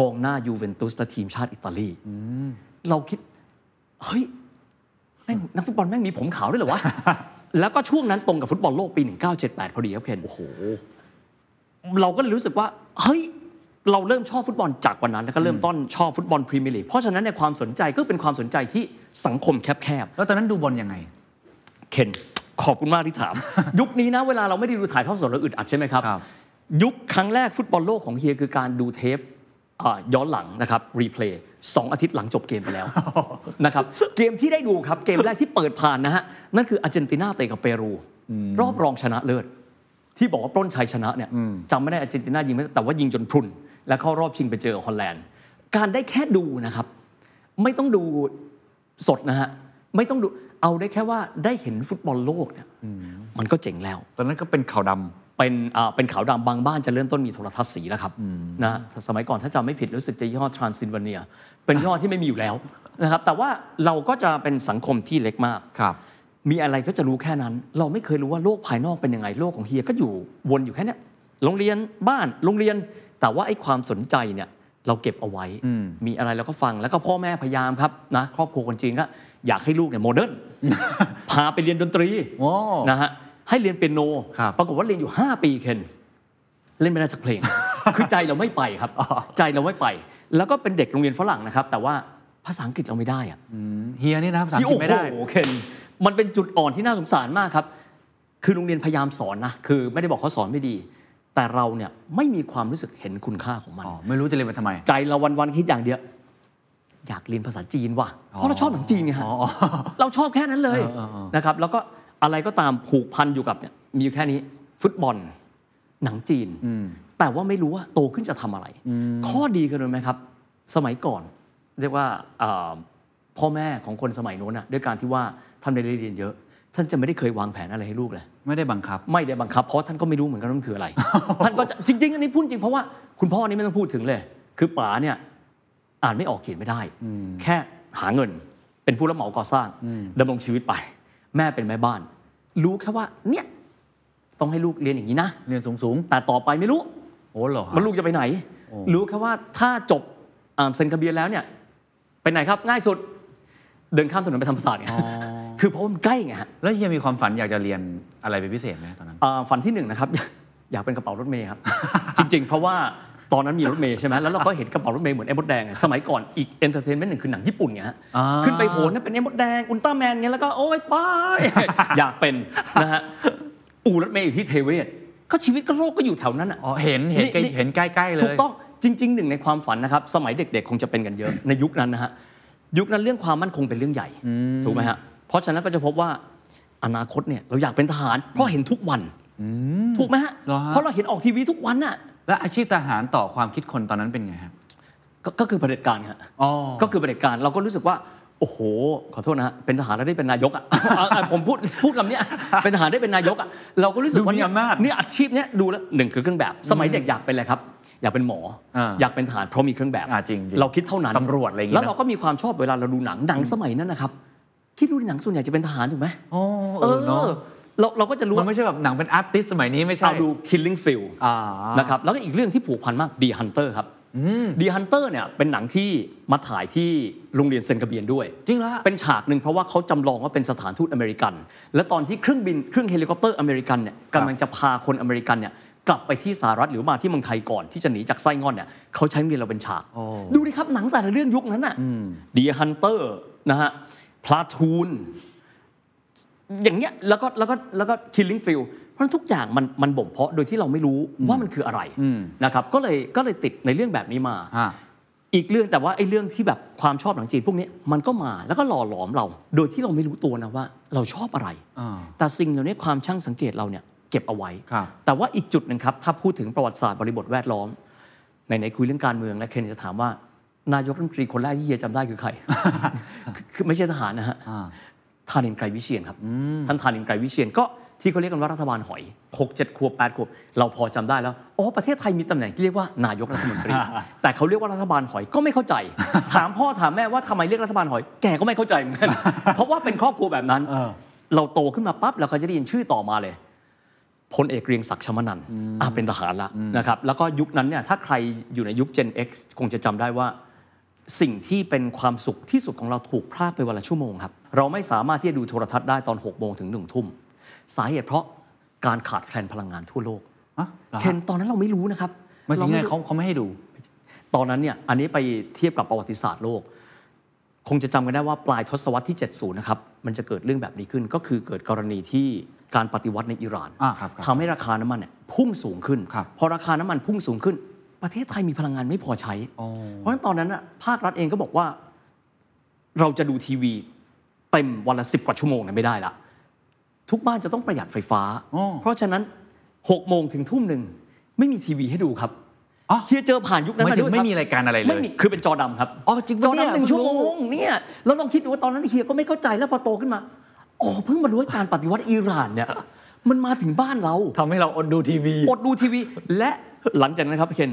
S1: กองหน้ายูเวนตุสและทีมชาติอิตาลีเราคิด เฮ้ยแม่งนักฟุตบอลแม่งมีผมขาวด้วยเหรอวะ แล้วก็ช่วงนั้นตรงกับฟุตบอลโลกปี 1978 พอดีครับเคนโอ้โห เราก็เลยรู้สึกว่า เฮ้ย เราเริ่มชอบฟุตบอลจากวันนั้น แล้วก็เริ่มต้นชอบฟุตบอลพรีเมียร์ลีกเพราะฉะนั้นในยความสนใจก็เป็นความสนใจที่สังคมแคบ
S2: แล้วตอนนั้นดูบอลยังไง
S1: ๆเคนขอบคุณมากที่ถาม ยุคนี้นะเวลาเราไม่ได้ดูถ่ายทอดสดเราอึดอัดใช่ไหมครับ
S2: ครับ
S1: ยุคครั้งแรกฟุตบอลโลกของเฮียคือการดูเทปอ่าย้อนหลังนะครับรีเพลย์สองอาทิตย์หลังจบเกมไป แล้ว นะครับเกมที่ได้ดูครับเกมแรกที่เปิดผ่านนะฮะ นั่นคืออาร์เจนตินาเตะกับเปรู รอบรองชนะเลิศ ที่บอกว่าปล้นชัยชนะเนี่ยจำไม่ได้อาร์เจนตินายิงไหมแต่ว่ายิงจนพรุน และเข้ารอบชิงไปเจอกับฮอลแลนด์ การได้แค่ดูนะครับ ไม่ต้องดูสดนะฮะไม่ต้องดูเอาได้แค่ว่าได้เห็นฟุตบอลโลกเนี่ยมันก็เจ๋งแล้ว
S2: ตอนนั้นก็เป็นข่าวดำ
S1: เป็นอ่าเป็นขาวดำบางบ้านจะเริ่มต้นมีโทรทัศน์สีแล้วครับนะสมัยก่อนถ้าจำไม่ผิดรู้สึกจะยี่ห้อทรานซินเวเนีย เป็นยี่ห้อที่ไม่มีอยู่แล้ว นะครับแต่ว่าเราก็จะเป็นสังคมที่เล็กมาก
S2: ครับ
S1: มีอะไรก็จะรู้แค่นั้น เราไม่เคยรู้ว่าโลกภายนอกเป็นยังไง โลกของเฮียก็อยู่วนอยู่แค่เนี้ยโรงเรียนบ้านโรงเรียน แต่ว่าไอ้ความสนใจเนี่ยเราเก็บเอาไว้ มีอะไรเราก็ฟังแล้วก็พ่อแม่พยายามครับนะครอบครัวคนจีนก็อยากให้ลูกเนี่ยโมเดิร์น พาไปเรียนดนตรี
S2: โอ้
S1: นะฮะให้เรียนเปียโน
S2: ครับ
S1: ปรากฏว่าเรียนอยู่ 5 ปีเคนเล่นไม่ได้สักเพ ลง คือใจเราไม่ไปครับใจเราไม่ไป แล้วก็เป็นเด็กโรงเรียนฝรั่งนะครับ แต่ว่าภาษาอังกฤษเราไม่ได้อะ
S2: เฮียนี่นะภาษาอั
S1: ที่
S2: งกฤษไม่ได้
S1: โอ้โหเคนมันเป็นจุดอ่อนที่น่าสงสารมากครับ คือโรงเรียนพยายามสอนนะ คือไม่ได้บอกเขาสอนไม่ดี แต่เราเนี่ยไม่มีความรู้สึกเห็นคุณค่าของมัน
S2: อ๋อ ไม่รู้จะเรียนไปทำไม
S1: ใจเราวันๆคิดอย่างเดียว อยากเรียนภาษาจีนว่ะ เพราะเราชอบหนังจีนไงฮะ
S2: อ๋อ
S1: เราชอบแค่นั้นเลย
S2: เออเออเออ
S1: นะครับ แล้วก็อะไรก็ตามผูกพันอยู่กับเนี่ยมีอยู่แค่นี้ฟุตบอล หนังจีน แต่ว่าไม่รู้ว่าโตขึ้นจะทำอะไร ข้อดีกันเลยไหมครับ สมัยก่อน เรียกว่าเอ่อพ่อแม่ของคนสมัยโน้นน่ะด้วยการที่ว่าท่านไม่ได้เรียนเยอะ ท่านจะไม่ได้เคยวางแผนอะไรให้ลูกเลย
S2: ไม่ได้บังคับ
S1: ไม่ได้บังคับเพราะท่านก็ไม่รู้เหมือนกันว่ามันคืออะไร ท่านก็จะจริง ๆ อันนี้พูดจริงเพราะว่าคุณพ่อนี่ไม่ต้องพูดถึงเลย คือป๋าเนี่ยอ่านไม่ออกเขียนไม่ได้ แค่หาเงิน เป็นผู้รับเหมาก่อสร้างดำรงชีวิตไป แม่เป็นแม่บ้าน รู้แค่ว่าเนี่ยต้องให้ลูกเรียนอย่างนี้นะ
S2: เรียนสูงสูง
S1: แต่ต่อไปไม่รู้
S2: ๆโอ้เหรอฮะ
S1: ว่าลูกจะไปไหน
S2: โอ้
S1: รู้แค่ว่าถ้าจบอ่าเซ็นทะเบียนแล้วเนี่ยไปไหนครับง่ายสุด เดินข้ามถนนไปธรรมศาสตร์ไงคือเพราะว่ามันใกล้ไงฮะ
S2: แล้วเฮียมีความฝันอยากจะเรียนอะไรเป็นพิเศษไหมตอนนั้น
S1: อ่าฝันที่หนึ่งนะครับ อยากเป็นกระเป๋ารถเมย์ครับ จริง ๆ เพราะว่าตอนนั้นมีรถเมย์ใช่ไหมแล้วเราก็เห็นกระเป๋ารถเมย์เหมือนไอ้มดแดงอะสมัยก่อนอีกเอนเตอร์เทนเมนต์หนึ่งคือหนังญี่ปุ่นไงฮะ
S2: อ่า
S1: ขึ้นไปโหนนั่นเป็นไอ้มดแดงอุลตร้าแมนไงแล้วก็โอ๊ยป้าย อยากเป็นนะฮะอู่รถเมย์อยู่ที่เทเวศก็ชีวิตก็โลกก็อยู่แถวนั้นอ่ะ
S2: อ๋อ เห็น เห็นใกล้
S1: นี่
S2: เห็นใกล้ๆเลย
S1: ถูกต้องจริงๆหนึ่งในความฝันนะครับ สมัยเด็กๆ คงจะเป็นกันเยอะ ในยุคนั้นนะฮะยุคนั้นเรื่องความมั่นคงเป็นเรื่องใหญ่ ถูกไหมฮะเพราะฉะนั้นก็จะพบว่าอนาคตเนี่ยเราอยากเป็นทหาร เพราะเห็นทุกวันถูกไหมฮะ
S2: เหรอฮะ
S1: เพราะเราเห็นออกทีวีทุกวันน่ะ
S2: แล้วอาชีพทหารต่อความคิดคนตอนนั้นเป็นไงฮะ
S1: ก็ก็คือเผด็จการฮะ
S2: อ๋อ
S1: ก็คือเผด็จการเราก็รู้สึกว่า โอ้โห ขอโทษนะฮะเป็นทหารแล้วได้เป็นนายกอ่ะ เอาเอาผมพูดพูดคำเนี้ยเป็นทหารได้เป็นนายกอ่ะเราก็รู้สึกว่า
S2: ดูมี
S1: เนี่ย
S2: อำนาจ
S1: เนี่ยอาชีพเนี้ยดูแล้วหนึ่งคือเครื่องแบบ สมัยเด็กอยากเป็นอะไรครับ อยากเป็นหมออา อยากเป็นทหารเพราะมีเครื่องแบบ
S2: อ่าจริงๆ
S1: เราคิดเท่านั้น
S2: ตำรวจอะไรอย่างงี้
S1: แล้ว
S2: นะ
S1: เราก็มีความชอบเวลาเราดูหนังหนังสมัยนั้นนะครับคิดดูหนังส่วนใหญ่จะเป็นทหารถูกไหม
S2: อ๋อเออเนาะ
S1: เราเราก็จะรู้
S2: มันไม่ใช่แบบหนังเป็นอาร์ติสสมัยนี้ไม่ใช่
S1: เราดู Killing Field
S2: อ่า
S1: นะครับแล้วก็อีกเรื่องที่ผูกพันมาก The Hunter ครับ The Hunter เนี่ยเป็นหนังที่มาถ่ายที่โรงเรียนเซนกระเบียนด้วย
S2: จริงแล้ว
S1: เป็นฉากหนึ่งเพราะว่าเขาจำลองว่าเป็นสถานทูตอเมริกัน และตอนที่เครื่องบินเครื่องเฮลิคอปเตอร์อเมริกันเนี่ยกำลังจะพาคนอเมริกันเนี่ยกลับไปที่สหรัฐหรือมาที่เมืองไทยก่อนที่จะหนีจากไส้งอนเนี่ยเขาใช้เงินเราเป็นฉาก
S2: โอ้
S1: ดูดิครับหนังแต่ละเรื่องยุคนั้นน่ะดีฮันเตอร์นะฮะพลาทูน อย่างเงี้ยแล้วก็แล้วก็แล้วก็ killing field เพราะฉะนั้นทุกอย่างมันมันบ่มเพาะโดยที่เราไม่รู้ว่ามันคืออะไรนะครับก็เลยก็เลยติดในเรื่องแบบนี้มา
S2: อ่า
S1: อีกเรื่องแต่ว่าไอ้เรื่องที่แบบความชอบหนังจีนพวกนี้มันก็มาแล้วก็หล่อหลอมเรา โดยที่เราไม่รู้ตัวนะว่า เราชอบอะไร
S2: อ่า
S1: แต่สิ่งเหล่านี้ความช่างสังเกตเราเนี่ยเก็บเอาไว้
S2: ครับ
S1: แต่ว่าอีกจุดหนึ่งครับ ถ้าพูดถึงประวัติศาสตร์บริบทแวดล้อมไหนๆคุยเรื่องการเมืองแล้วเคนจะถามว่านายกรัฐมนตรีคนแรกที่เฮียจำได้คือ ใคร คือคือไม่ใช่ทหารนะฮะ
S2: อ่า
S1: ธานินไกรวิเชียนครับ ท่านธานินไกรวิเชียนก็ที่เขาเรียกกันว่ารัฐบาลหอย6 7ขวบ8ขวบเราพอจำได้แล้วอ๋อประเทศไทยมีตำแหน่งที่เรียกว่านายกรัฐมนต รี แต่เขาเรียกว่ารัฐบาลหอยก็ไม่เข้าใจ ถามพ่อถามแม่ว่าทำไมเรียกรัฐบาลหอย แกก็ไม่เข้าใจเหมือน กัน เพราะว่าเป็นครอบครัวแบบนั้น
S2: เออ
S1: เราโตขึ้นมาปั๊บเราก็จะได้ยินชื่อต่อมาเลยพลเอกเกรียงศักดิ์ชมนันท์อ่ะเป็นทหารละนะครับแล้วก็ยุคนั้นเนี่ยถ้าใครอยู่ในยุค Gen X คงจะจำได้ว่า สิ่งที่เป็นความสุขที่สุดของเราถูกพรากไปวันละชั่วโมงครับ เราไม่สามารถที่จะดูโทรทัศน์ได้ตอน 6 โมงถึง 1 ทุ่ม สาเหตุเพราะการขาดแคลนพลังงานทั่วโลก
S2: อ่ะหรอฮะ
S1: เคนตอนนั้นเราไม่รู้นะครับ
S2: หมายถึงไง
S1: รู้
S2: เขาเขาไม่ให้ดู
S1: ตอนนั้นเนี่ยอันนี้ไปเทียบกับประวัติศาสตร์โลก คงจะจำกันได้ว่าปลายทศวรรษที่ 70 นะครับ มันจะเกิดเรื่องแบบนี้ขึ้น ก็คือเกิดกรณีที่การปฏิวัติในอิหร่าน
S2: อ่าครับครับ
S1: ทำให้ราคาน้ำมันเนี่ยพุ่งสูงขึ้น
S2: ครับ
S1: พอราคาน้ำมันพุ่งสูงขึ้น ประเทศไทยมีพลังงานไม่พอใช้
S2: อ๋อ
S1: เพราะฉะนั้นตอนนั้นน่ะภาครัฐเองก็บอกว่า เราจะดูทีวีเต็มวันละสิบกว่าชั่วโมงเนยไม่ได้ละ ทุกบ้านจะต้องประหยัดไฟฟ้า
S2: อ๋อ
S1: เพราะฉะนั้น6โมงถึงทุ่มหนึ่งไม่มีทีวีให้ดูครับ
S2: อ๋อ
S1: เฮียเจอผ่านยุคนั้น
S2: หมาย
S1: มา
S2: ถึ
S1: ด้วยครั
S2: ง
S1: บ
S2: ไม่มีรายการอะไรเลย
S1: ไม่มีคือเป็นจอดำครับ
S2: อ๋อจริงปะ
S1: จอ
S2: เนี่ย
S1: ดำหนึ่งชั่วโม
S2: เพิ่งรู้
S1: งเนี่ยแล้วต้องคิดดูว่าตอนนั้นเฮียก็ไม่เข้าใจแล้วพอโตขึ้นมาอ๋อเพิ่งมารู้ว่าการปฏิวัติอิหร่านเนี่ย มันมาถึงบ้านเรา
S2: ทำให้เราอดดูทีวี
S1: อดดูทีวี และหลังจากนั้นครับเคน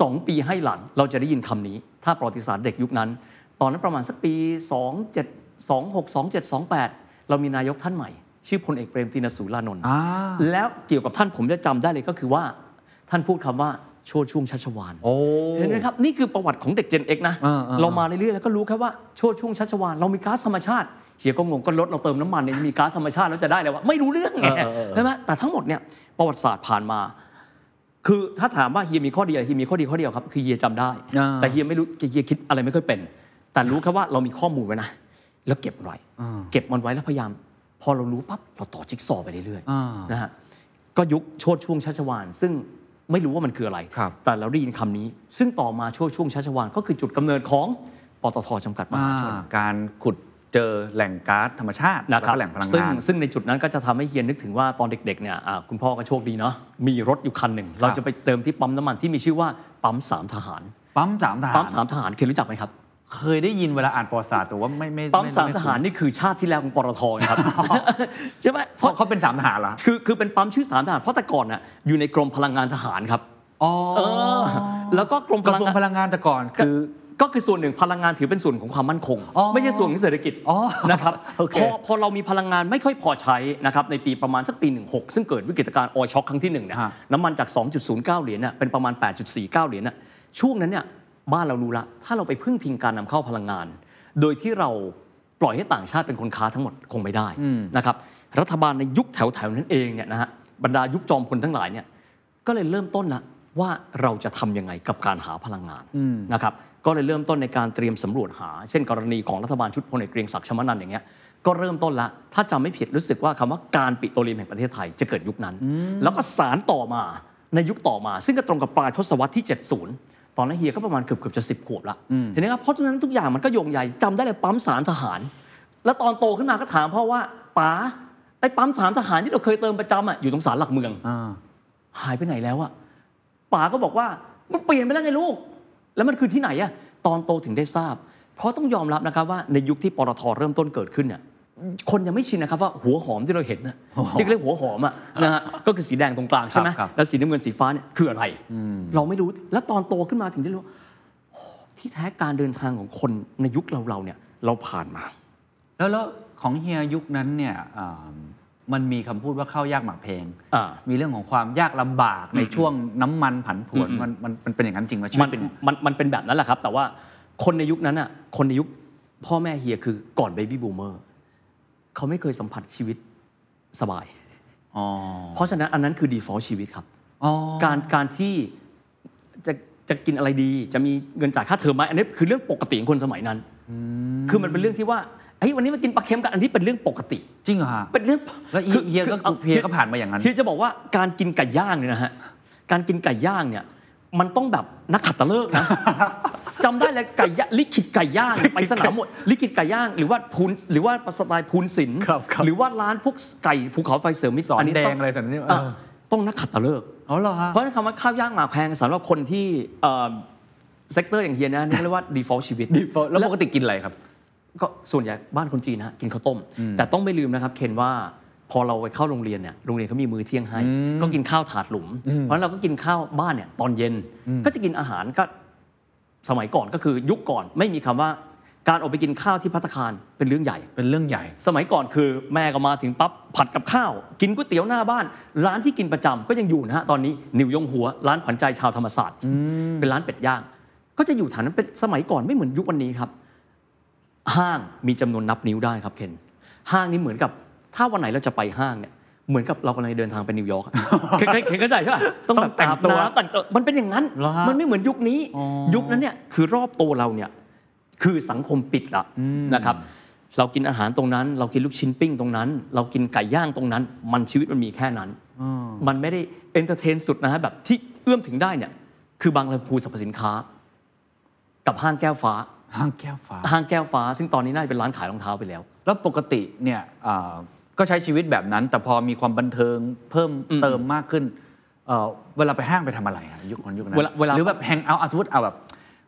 S1: สองปีให้หลังเราจะได้ยินคำนี้ ถ้าประวัติศาสตร์เด็กยุคนั้น ตอนนั้นประมาณสักปี 2 7 2 6 2 7 2 8 เรามีนายกท่านใหม่ ชื่อพลเอกเปรมตินสูรานนท์
S2: อ่า
S1: แล้วเกี่ยวกับท่านผมจะจำได้เลยก็คือว่า ท่านพูดคำว่าโชติช่วงชัชวาล
S2: โอ้
S1: เห็นไหมครับ นี่คือประวัติของเด็ก Gen X นะ
S2: อ่าๆๆ
S1: เรามาเรื่อยๆ แล้วก็รู้แค่ว่าโชดช่วงชัชวาลเรามีก๊าซธรรมชาติเฮียก็งงก็ลดเราเติมน้ำมันเนี่ยมีก๊าซธรรมชาติแล้วจะได้อะไรวะไม่รู้เรื่องไงใช่ไหมแต่ทั้งหมดเนี่ยประวัติศาสตร์ผ่านมา คือถ้าถามว่าเฮียมีข้อดีอะไรเฮียมีข้อดีข้อเดียวครับ คือเฮียจำได้
S2: อ่า
S1: แต่เฮียไม่รู้เฮียคิดอะไรไม่ค่อยเป็น แต่รู้แค่ว่าเรามีข้อมูลไว้นะแล้วเก็บไว้เก็บมันไว้แล้วพยายาม พอเรารู้ปั๊บเราต่อจิ๊กซอว์ไปเรื่อยๆ
S2: อ่า
S1: นะฮะก็ยุคโชดช่วงชัชวาลซึ่งไม่รู้ว่ามันคืออะไร
S2: ครับ
S1: แต่เราได้ยินคำนี้ ซึ่งต่อมาโชดช่วงชัชวาลก็คือจุดกำเนิดของปตทจำกัดมหาชน
S2: อ่าการขุดเจอแหล่งก๊าซธรรมชาติ
S1: นะ
S2: แล้ว
S1: ครับ
S2: ก็แหล่งพลัง
S1: ซึ่ง
S2: งาน
S1: ซึ่งในจุดนั้นก็จะทำให้เฮียนึกถึงว่าตอนเด็กๆเนี่ยอ่าคุณพ่อก็โชคดีเนาะมีรถอยู่คันหนึ่ง เราจะไปเติมที่ปั๊มน้ำมันที่มีชื่อว่าปั๊มสามทหาร
S2: ปั๊มสามทหาร
S1: ปั๊มสามทหารเคยรู้จักไหมครับ
S2: เคยได้ยินเวลาอ่านประวัติศาสตร์แต่ว่าไม่ไม่
S1: ปั๊ม
S2: ไ
S1: สามทหารนี่คือชาติที่แล้วของปตทนะครับ ใช่ไหมเพ
S2: เพราะ
S1: ราะ
S2: เขาเป็นสามทหารเหรอ
S1: คือคือเป็นปั๊มชื่อสามทหารเพราะแต่ก่อนน่ะอยู่ในกรมพลังงานทหารครับ
S2: อ๋อ
S1: เออแล้วก็กรม
S2: กระทรวงพลังงานแต่ก่อน
S1: คื
S2: คือ
S1: อก็คือส่วนหนึ่งพลังงานถือเป็นส่วนของความมั่นคง
S2: อ๋อ
S1: ไม่ใช่ส่วนของเศรษฐกิจ
S2: อ๋อ
S1: นะครับ
S2: โอเค
S1: พอพอเรามีพลังงานไม่ค่อยพอใช้นะครับในปีประมาณสักปี 16 ซึ่งเกิดวิกฤตการณ์ออยช็อคครั้งที่หนึ่งเนี่ย
S2: ฮะ
S1: น้ำมันจาก 2.09 เหรียญน่ะเป็นประมาณ 8.49 เหรียญน่ะช่วงนั้นเนี่ยบ้านเรารู้ละถ้าเราไปพึ่งพิงการนำเข้าพลังงาน โดยที่เราปล่อยให้ต่างชาติเป็นคนค้าทั้งหมดคงไม่ได้นะครับรัฐบาลในยุคแถวๆนั้นเองเนี่ยนะฮะบรรดายุคจอมพลทั้งหลายเนี่ย ก็เลยเริ่มต้นละว่าเราจะทำยังไงกับการหาพลังงานนะครับก็เลยเริ่มต้นในการเตรียมสำรวจหา เช่น กรณีของรัฐบาลชุดพลเอกเกรียงศักดิ์ชมนันท์อย่างเงี้ยก็เริ่มต้นละ ถ้าจำไม่ผิดรู้สึกว่าคำว่าการปิโตรเลียมแห่งประเทศไทยจะเกิดยุคนั้น แล้วก็สารต่อมาในยุคต่อมา ซึ่งก็ตรงกับปลายทศวรรษที่ 70 ตอนนั้นเฮียก็ประมาณเกือบเกือบๆจะสิบขวบละเห็นไหมครับเพราะฉะนั้นทุกอย่างมันก็โยงใหญ่จำได้เลยปั๊มสารทหาร แล้วตอนโตขึ้นมาก็ถามพ่อว่าป๋าไอ้ปั๊มสารทหารที่เราเคยเติมประจำอะอยู่ตรงสารหลักเมือง
S2: อ่า
S1: หายไปไหนแล้วอะป๋าก็บอกว่ามันเปลี่ยนไปแล้วไงลูก แล้วมันคือที่ไหนอะตอนโตถึงได้ทราบ เพราะต้องยอมรับนะครับว่าในยุคที่ปตทเริ่มต้นเกิดขึ้นเนี่ยคนยังไม่ชินนะครับว่าหัวหอมที่เราเห็นนะที่เรียกหัวหอมอะนะฮะก็คือสีแดงตรงกลางใช่ไหม
S2: ครับครับ
S1: แล้วสีน้ำเงินสีฟ้าเนี่ยคืออะไร เราไม่รู้แล้วตอนโตขึ้นมาถึงได้รู้ว่าโอ้ที่แท้การเดินทางของคนในยุคเราเราๆเนี่ยเราผ่านมา
S2: แล้วแล้วของเฮียยุคนั้นเนี่ยอ่ามันมีคำพูดว่าข้าวยากหมากแพง
S1: อ่า
S2: มีเรื่องของความยากลำบากในช่วงน้ำมันผันผวนมันมันมันเป็นอย่างนั้นจริงไหมชี
S1: มั
S2: วิ
S1: น
S2: ตเป็นไง
S1: มันมันเป็นแบบนั้นแหละครับ แต่ว่าคนในยุคนั้นอ่ะคนในยุคพ่อแม่เฮียคือก่อนเบบี้บูมเมอร์เขาไม่เคยสัมผัสชีวิตสบาย
S2: อ๋อ
S1: เพราะฉะนั้นอันนั้นคือ default ชีวิตครับ
S2: อ๋อ
S1: การการที่จะจะกินอะไรดี จะมีเงินจ่ายค่าเทอมไหมอันนี้คือเรื่องปกติของคนสมัยนั้น คือมันเป็นเรื่องที่ว่าเฮ้ยวันนี้มากินปลาเค็มกันอันนี้เป็นเรื่องปกติ
S2: จริงเหรอฮะ
S1: เป็นเรื่อง
S2: แล้วเฮียเฮียก็
S1: อา
S2: เฮียก็ผ่านมาอย่างนั้น
S1: เฮียจะบอกว่าการกินไก่ย่างเนี่ยนะฮะ การกินไก่ย่างเนี่ย มันต้องแบบนักขัดตะเลิกษ์นะ จำได้เลยไก่ย่างลิขิตไก่ย่างไปสนามหมดลิขิตไก่ย่างหรือว่าพูนหรือว่าสไตล์พูนศิลป์
S2: ครับครับ
S1: หรือว่าร้านพวกไก่ภูเขาไฟเสริมมิตร
S2: สอน
S1: ต้
S2: แดงอะไรแต่เนี่ย
S1: อ่ะ
S2: เออ
S1: ต้องนักขัดตะเลิกษ์
S2: อ๋อเหรอฮะ
S1: เพราะฉะนั้นคำว่าข้าวย่างหมากแพงสำหรับคนที่เซกเตอร์อย่างเฮียนะนี่เรียกว่า default ชีวิต
S2: default แล้วปกติกินอะไรครับ
S1: ก็ส่วนใหญ่บ้านคนจีนนะกินข้าวต้ม แต่ต้องไม่ลืมนะครับเคนว่าพอเราไปเข้าโรงเรียนเนี่ยโรงเรียนเขามีมื้อเที่ยงให้ ก็กินข้าวถาดหลุม เพราะฉะนั้นเราก็กินข้าวบ้านเนี่ยตอนเย็นก็จะกินอาหารก็สมัยก่อนก็คือยุคก่อนไม่มีคำว่าการออกไปกินข้าวที่พัตตาคารเป็นเรื่องใหญ่
S2: เป็นเรื่องใหญ่
S1: สมัยก่อนคือแม่ก็มาถึงปั๊บผัดกับข้าว กินก๋วยเตี๋ยวหน้าบ้าน ร้านที่กินประจำก็ยังอยู่นะฮะตอนนี้นิวยงหัว ร้านขวัญใจชาวธรรมศาสตร์เป็นร้านเป็ดย่าง ก็จะอยู่ฐานนั้นเป็นสมัยก่อนไม่เหมือนยุควันนี้ครับ ห้างมีจำนวนนับนิ้วได้ครับเคนห้างนี่เหมือนกับถ้าวันไหนเราจะไปห้างเนี่ยเหมือนกับเรากำลังเดินทางไปนิ วยอร์กอะ เคนเคนเคนเข้าใจใช่ปะต้องแบบ
S2: ต้องแต่ง
S1: อาบ
S2: ตัว
S1: น้ำแต่งตัวมันเป็นอย่างนั้น
S2: เหรอฮะ
S1: มันไม่เหมือนยุคนี้ ยุคนั้นเนี่ยคือรอบตัวเราเนี่ย คือสังคมปิดละนะครับเรากินอาหารตรงนั้น เรากินลูกชิ้นปิ้งตรงนั้น เรากินไก่ย่างตรงนั้น มันชีวิตมันมีแค่นั้น มันไม่ได้เอนเตอร์เทนสุดนะฮะแบบที่เอื้อมถึงได้เนี่ยคือบางลำพูสรรพสินค้า กับห้างแก้วฟ้า
S2: ห้างแก้วฟ้า
S1: ห้างแก้วฟ้า ซึ่งตอนนี้น่าจะเป็นร้านขายรองเท้าไปแล้ว
S2: แล้วปกติเนี่ยอ่าก็ใช้ชีวิตแบบนั้น แต่พอมีความบันเทิงเพิ่มเติมมากขึ้น เอ่อเวลาไปห้างไปทำอะไรอะยุคนั้นยุคนั้น
S1: เวลาเวลา
S2: หรือแบบแฮงเอาอาสมมติเอาแบบ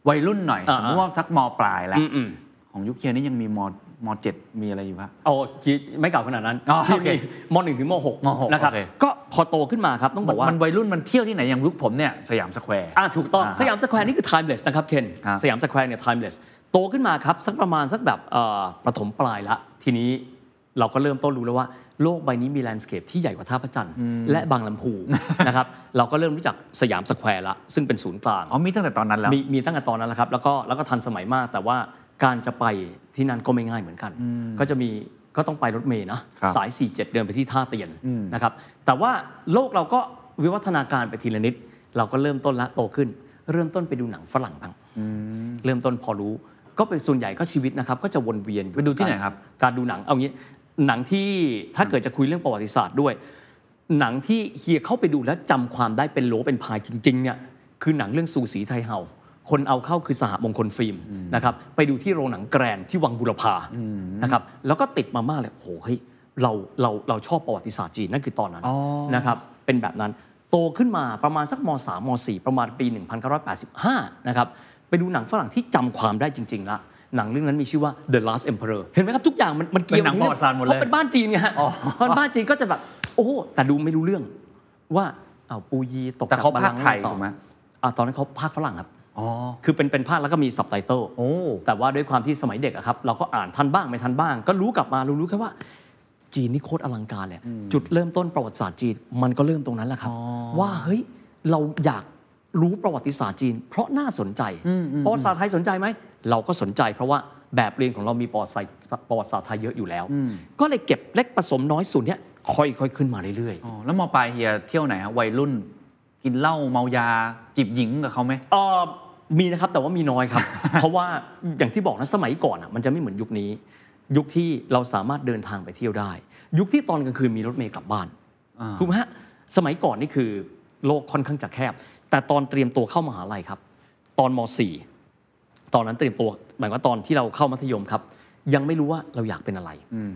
S2: วัยรุ่นหน่อย
S1: อ่า
S2: สมมติว่าสักมปลายแล้ว
S1: อืมอืม
S2: ของยุคเฮียนี่ยังมีมมเจ็ดมีอะไรอยู่ฮะ
S1: เอาคิดไม่เก่าขนาดนั้น
S2: อ๋อโอเค
S1: ที่มหนึ่งถึงมหก
S2: มหก
S1: นะครับ
S2: โอเค
S1: ก็พอโตขึ้นมาครับต้องบอกว่า
S2: นวัยรุ่นมันเที่ยวที่ไหนอย่างยุคผมเนี่ยสยามสแควร์
S1: อ่าถูกต้อง
S2: อ่า
S1: สยามสแควร์นี่คือ timeless นะครับเคน
S2: อ่า
S1: สยามสแควร์เนี่ย timeless โตขึ้นมาครับ สักประมาณสักแบบเอ่อประถมปลายละ ทีนี้เราก็เริ่มต้นรู้แล้วว่า โลกใบนี้มีแลนด์สเคปที่ใหญ่กว่าท่าพระจันทร์และบางลำพู นะครับเราก็เริ่มรู้จักสยามสแควร์ละ ซึ่งเป็นศูนย์กลาง
S2: ๋อมีตั้งแต่ตอนนั้นแล้ว
S1: มีมีตั้งแต่ตอนนั้นแหละครับ แล้วก็แล้วก็ทันสมัยมาก แต่ว่าการจะไปที่นั่นก็ไม่ง่ายเหมือนกัน ก็จะมีก็ต้องไปรถเมย์นะครับ สาย 47 เดินไปที่ท่าเตียนนะครับแต่ว่าโลกเราก็วิวัฒนาการไปทีละนิด เราก็เริ่มต้นละโตขึ้น เริ่มต้นไปดูหนังฝรั่งบ้างเริ่มต้นพอรู้ ก็เป็นส่วนใหญ่ก็ชีวิตนะครับ ก็จะวนเวียนอยู่
S2: ไปดูที่ไหนครับ
S1: การดูหนังเอางี้หนังที่ถ้าเกิดจะคุยเรื่องประวัติศาสตร์ด้วย หนังที่เฮียเข้าไปดูแล้วจำความได้เป็นโหลเป็นพายจริงๆเนี่ยคือหนังเรื่องสูสีไทยเฮาคนเอาเข้าคือสหมงคลฟิล์มนะครับไปดูที่โรงหนังแกรนที่วังบุรพานะครับแล้วก็ติดมามากเลยโอ้โหเฮ้ยเราเราเราชอบประวัติศาสตร์จีนนั่นคือตอนนั้น
S2: อ๋อ
S1: นะครับเป็นแบบนั้นโตขึ้นมาประมาณสักม3ม4ประมาณปี 1985 นะครับไปดูหนังฝรั่งที่จำความได้จริงๆละหนังเรื่องนั้นมีชื่อว่า The Last Emperor เห็นไหมครับทุกอย่างมันมันเกี่ยว
S2: เป็นหนังประวัติศาสตร์หมดเลย
S1: พะเป็นบ้านจีนไงฮะเพราะบ้านจีนก็จะแบบโอ้โหแต่ดูไม่รู้เรื่อง ว่าเอาวปูยีตก
S2: แต่เขา
S1: จกบัล
S2: ภา
S1: ลั
S2: ค
S1: งก์
S2: ไทย
S1: ต่อ
S2: ถูกไหม
S1: อ่าตอนนั้นเขาภาคฝรั่งครับ
S2: อ๋อ
S1: คือเป็นเป็นภาคแล้วก็มีซับไตเติล
S2: โอ้
S1: แต่ว่าด้วยความที่สมัยเด็กอะครับเราก็อ่านทันบ้างไม่ทันบ้าง ก็รู้กลับมารู้รู้แค่ว่า จีนนี่โคตรอลังการเลยจุดเริ่มต้นประวัติศาสตร์จีนมันก็เริ่มตรงนั้นแหละครับ ว่าเฮ้ยเราอยากรู้ประวัติศาสตร์จีน เพราะน่าสนใจประวัติศาสตร์ไทยสนใจไหมเราก็สนใจ เพราะว่าแบบเรียนของเรามีประวัติศาสตร์ประวัติศาสตร์ไทยเยอะอยู่แล้ว ก็เลยเก็บเล็กผสมน้อยส่วนเนี้ยค่อยๆขึ้นมาเรื่อยๆ
S2: อ๋อแล้วมปลายเฮียเที่ยวไหนฮะวัยรุ่น กินเหล้าเมายาจีบหญิงกับเขาไหม
S1: เอ่อมีนะครับแต่ว่ามีน้อย ครับ เพราะว่าอย่างที่บอกนะสมัยก่อนอ่ะมันจะไม่เหมือนยุคนี้ ยุคที่เราสามารถเดินทางไปเที่ยวได้ ยุคที่ตอนกลางคืนมีรถเมล์กลับบ้าน
S2: อ่า
S1: ถูกไหมฮะสมัยก่อนนี่คือโลกค่อนข้างจะแคบ แต่ตอนเตรียมตัวเข้ามหาลัยครับ ตอนม .4 ตอนนั้นเตรียมตัวหมายความว่าตอนที่เราเข้ามัธยมครับ ยังไม่รู้ว่าเราอยากเป็นอะไร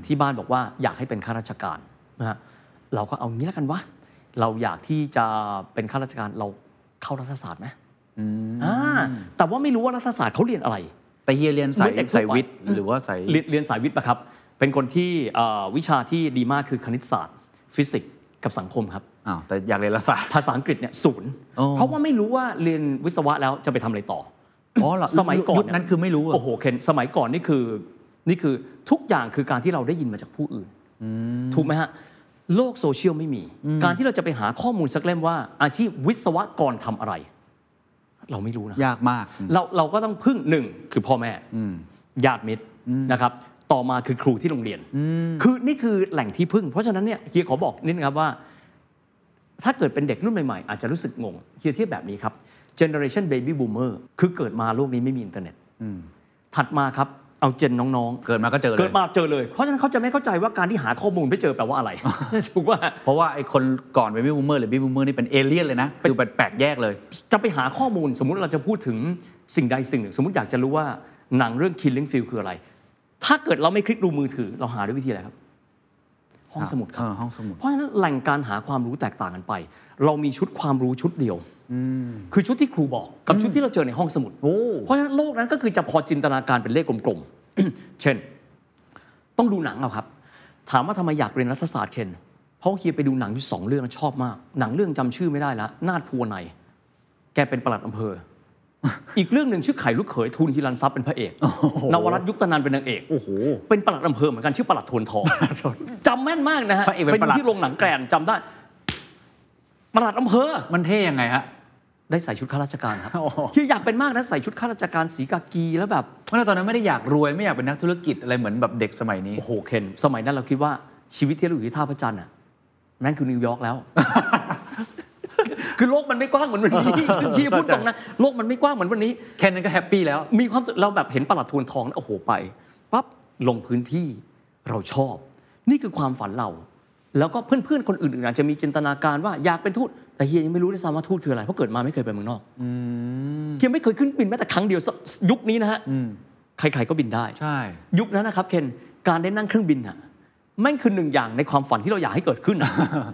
S1: ที่บ้านบอกว่าอยากให้เป็นข้าราชการนะฮะเราก็เอางี้แล้วกันวะเราอยากที่จะเป็นข้าราชการเราเข้ารัฐศาสตร์ไหม อ่าแต่ว่าไม่รู้ว่ารัฐศาสตร์เขาเรียนอะไร
S2: แต่เฮียเรียนสา
S1: เหมื
S2: ย
S1: อนเด็กทั่วไป
S2: สายวิทย์หรือว่าสาย
S1: เรียนเรียนสายวิทย์ปะครับ เป็นคนที่เอ่อวิชาที่ดีมากคือคณิตศาสตร์ ฟิสิกส์กับสังคมครับ
S2: อ้าวแต่อยากเรียนรัฐศาสตร์
S1: ภาษาอังกฤษเนี่ยศูนย์
S2: อ๋อ
S1: เพราะว่าไม่รู้ว่าเรียนวิศวะแล้วจะไปทำอะไรต่อ
S2: อ๋อเหรอ
S1: สมัยก่อน
S2: ยุคนั้นคือไม่รู้อะ
S1: โอ้โหเคนสมัยก่อนนี่คือนี่คือทุกอย่างคือการที่เราได้ยินมาจากผู้อื่นถูกไหมฮะ โลกโซเชียลไม่มี การที่เราจะไปหาข้อมูลสักเล่มว่า อาชีพวิศวกรทำอะไร เราไม่รู้นะ
S2: ยากมาก
S1: เราเราก็ต้องพึ่งหนึ่งคือพ่อแม่ญาติมิตรนะครับต่อมาคือครูที่โรงเรียน คือนี่คือแหล่งที่พึ่ง เพราะฉะนั้นเนี่ยเฮียขอบอกนิดนะครับว่า ถ้าเกิดเป็นเด็กรุ่นใหม่ ๆ อาจจะรู้สึกงงเฮียเทียบแบบนี้ครับ generation baby boomer คือเกิดมาโลกนี้ไม่มีอินเทอร์เน็ตถัดมาครับเอาเจนน้องๆ
S2: เกิดมาก็เจอเล
S1: เกิ
S2: ย
S1: ดมาเจอเลย เพราะฉะนั้นเขาจะไม่เข้าใจว่าการที่หาข้อมูลไม่เจอแปลว่าอะไร ถูกว่า
S2: เพราะว่าไอ้คนก่อนเป็นบี้บูมเมอร์หรือบี้บูมเมอร์นี่เป็นเอเลี่ยนเลยนะ คือแบบแปลกแยกเลย
S1: จะไปหาข้อมูลสมมุติเราจะพูดถึงสิ่งใดสิ่งหนึ่ง สมมติอยากจะรู้ว่าหนังเรื่อง Killing Field คืออะไร ถ้าเกิดเราไม่คลิกดูมือถือ เราหาด้วยวิธีอะไรครับ ห้องสมุดครั
S2: เออห้องสมุด
S1: เพราะฉะนั้นแหล่งการหาความรู้แตกต่างกันไป เรามีชุดความรู้ชุดเดียวคือชุดที่ครูบอกกับชุดที่เราเจอในห้องสมุด
S2: โอ้
S1: เพราะฉะนั้นโลกนั้นก็คือจะพอจินตนาการเป็นเลขกลมๆ เช่น ต้องดูหนังเอาครับ ถามว่าทำไมอยากเรียนรัฐศาสตร์เคนเพราะเฮียไปดูหนังอยู่สองเรื่องชอบมาก หนังเรื่องจำชื่อไม่ได้ละนาดพัวในแกเป็นประหลัดอำเภอ อีกเรื่องหนึ่งชื่อไข่ลูกเขยทูลฮิรันทรัพย์เป็นพระเอกนวรัตน์ยุคตนันเป็นนางเอก
S2: โอ้โห
S1: เป็นประหลัดอำเภอเหมือนกันชื่อประหลัดทวนทองจำแม่นมากนะฮะ
S2: พระเอกเป็น
S1: ไป
S2: ประหลั
S1: ดู
S2: ด
S1: ที่โรงหนังแกลนจำได้ ประหลัดอำเภอ
S2: มันเท่ยังไงฮะ
S1: ได้ใส่ชุดข้าราชการครับ
S2: โอ้โห
S1: คืออยากเป็นมากนะใส่ชุดข้าราชการสีกากีแล้วแบบ
S2: เพราะเราตอนนั้นไม่ได้อยากรวยไม่อยากเป็นนักธุรกิจอะไรเหมือนแบบเด็กสมัยนี้
S1: โอ้โหเคนสมัยนั้นเราคิดว่าชีวิตที่เราอยู่ที่ท่าพระจันทร์อ่ะแม่งคือนิวยอร์ก แล้ว คือโลกมันไม่กว้างเหมือนวันนี้ชี้พูดตรงนะโลกมันไม่กว้างเหมือนวันนี้
S2: แค่นั้นก็แฮปปี้แล้ว
S1: มีความสุขเราแบบเห็นประหลัดทวนทองนะโอ้โหไปปั๊บลงพื้นที่เราชอบ นี่คือความฝันเรา แล้วก็เพื่อนๆคนอื่นๆอาจจะมีจินตนาการว่าอยากเป็นทูตแต่เฮียยังไม่รู้ด้วยซ้ำว่าทูตคืออะไรเพราะเกิดมาไม่เคยไปเมืองนอกเฮียไม่เคยขึ้นบินแม้แต่ครั้งเดียวสักยุคนี้นะฮะใครๆก็บินได้
S2: ใช่
S1: ยุคนั้นนะครับเคนการได้ นั่งเครื่องบินอะแม่งคือหนึ่งอย่างในความฝันที่เราอยากให้เกิดขึ้นอะ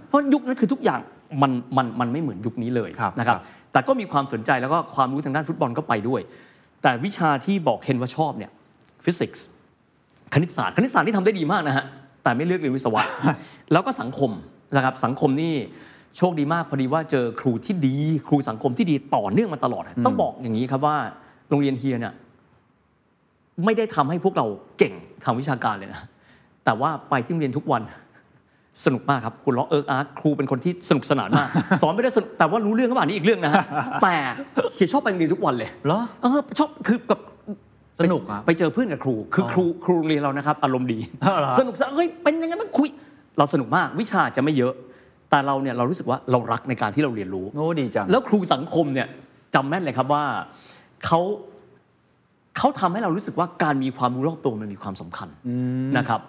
S1: เพราะยุคนั้นคือทุกอย่าง มันมันมันไม่เหมือนยุคนี้เลย
S2: ครับ
S1: นะครับ
S2: ครับ
S1: แต่ก็มีความสนใจแล้วก็ความรู้ทางด้านฟุตบอลก็ไปด้วย แต่วิชาที่บอกเคนว่าชอบเนี่ยฟิสิกส์คณิตศาสตร์คณิตศาสตร์นี่ทำได้ดีมากนะฮะแต่ไม่เลือกเรียนวิศว ะ แล้วก็สังคมนะครับสังคมนี่โชคดีมากพอดีว่าเจอครูที่ดี ครูสังคมที่ดีต่อเนื่องมาตลอดอะต้องบอกอย่างนี้ครับว่าโรงเรียนเฮียเนี่ย ไม่ได้ทำให้พวกเราเก่งทางวิชาการเลยนะ แต่ว่าไปที่โรงเรียนทุกวัน สนุกมากครับคุณล้อเอิร์กอาร์ตครูเป็นคนที่สนุกสนานมาก สอนไม่ได้สนุกแต่ว่ารู้เรื่องก็บ้านนี่อีกเรื่องนะฮะ แต่เฮียชอบไปโรงเรียนทุกวันเลย
S2: เหรอ
S1: เออชอบคือกับ
S2: สนุกอะ
S1: ไปเจอเพื่อนกับครู คืออครูครูโรงเรียนเรานะครับอารม ณ์ดี
S2: อ้าวเหรอ
S1: สนุกสนานเฮ้ยเป็นยังไงบ้างคุย เราสนุกมากวิชาจะไม่เยอะ แต่เราเนี่ยเรารู้สึกว่าเรารักในการที่เราเรียนรู้
S2: โอ้ดีจัง
S1: แล้วครูสังคมเนี่ยจำแม่นเลยครับว่าเขาเขาทำให้เรารู้สึกว่าการมีความรู้รอบตัวมันมีความสำคัญนะครับ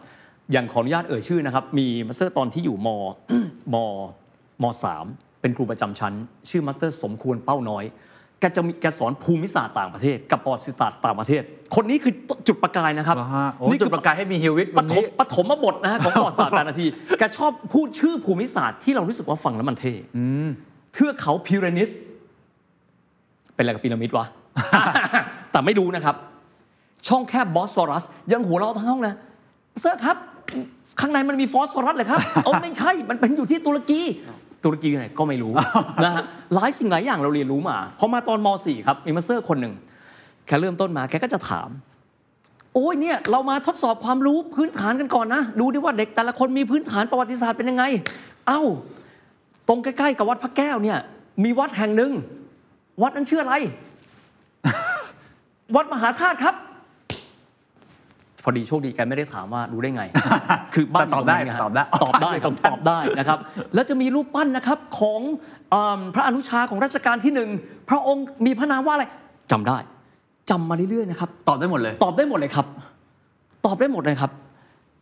S1: อย่างขออนุญาตเอ่ยชื่อนะครับ มีมาสเตอร์ตอนที่อยู่ม มมสามเป็นครูประจำชั้น ชื่อมาสเตอร์สมควรเป้าน้อยแกจะมีแกสอนภูมิศาสตร์ต่างประเทศ กับประวัติศาสตร์ต่างประเทศ คนนี้คือจุดประกายนะครับ
S2: เหรอฮะโอ้
S1: นี่
S2: จุ
S1: คื
S2: ด
S1: อ
S2: ประกายให้มีฮิวิต
S1: ป
S2: วัน
S1: ฐม
S2: นี้
S1: ปฐมบทนะฮะของประวัติศาสตร์แต่ละ ทีแกชอบพูดชื่อภูมิศาสตร์ที่เรารู้สึกว่าฟังแล้วมันเท่เทือกเขาพิเรนิส เป็นอะไรกับพีระมิดวะ แต่ไม่รู้นะครับ ช่องแคบบอสฟอรัส ยังหัวเราะทั้งห้องนะเซิร์ฟครับ ข้างในมันมีฟอสฟอรัสเลยครับ เอาไม่ใช่ มันเป็นอยู่ที่ตุรกี ตุรกีอยู่ไหนก็ไม่รู้ นะฮะหลายสิ่งหลายอย่างเราเรียนรู้มา พอมาตอนม .4 ครับมีมาสเตอร์คนหนึ่งแกเริ่มต้นมาแกก็จะถาม โอ้ยเนี่ยเรามาทดสอบความรู้พื้นฐานกันก่อนนะ ดูดิว่าเด็กแต่ละคนมีพื้นฐานประวัติศาสตร์เป็นยังไง เอ้า ตรงใกล้ๆกับวัดพระแก้วเนี่ย มีวัดแห่งหนึ่ง วัดนั้นชื่ออะไร วัดมหาธาตุครับ พอดีโชคดีแกไม่ได้ถามว่ารู้ ได้ไง คือบ้าน
S2: แต่ตอบได้
S1: ยู่ร
S2: ตอง บ
S1: นั้น
S2: ได้
S1: นะฮะตอบได้ครับตอบได้นะครับ แล้วจะมีรูปปั้นนะครับของเอิ่มพระอนุชาของรัชกาลที่หนึ่งพระองค์มีพระนามว่าอะไรจำได้จำมาเรื่อยๆนะครับ
S2: ตอบได้หมดเลย
S1: ตอบได้หมดเลยครับ ตอบได้หมดเลยครับ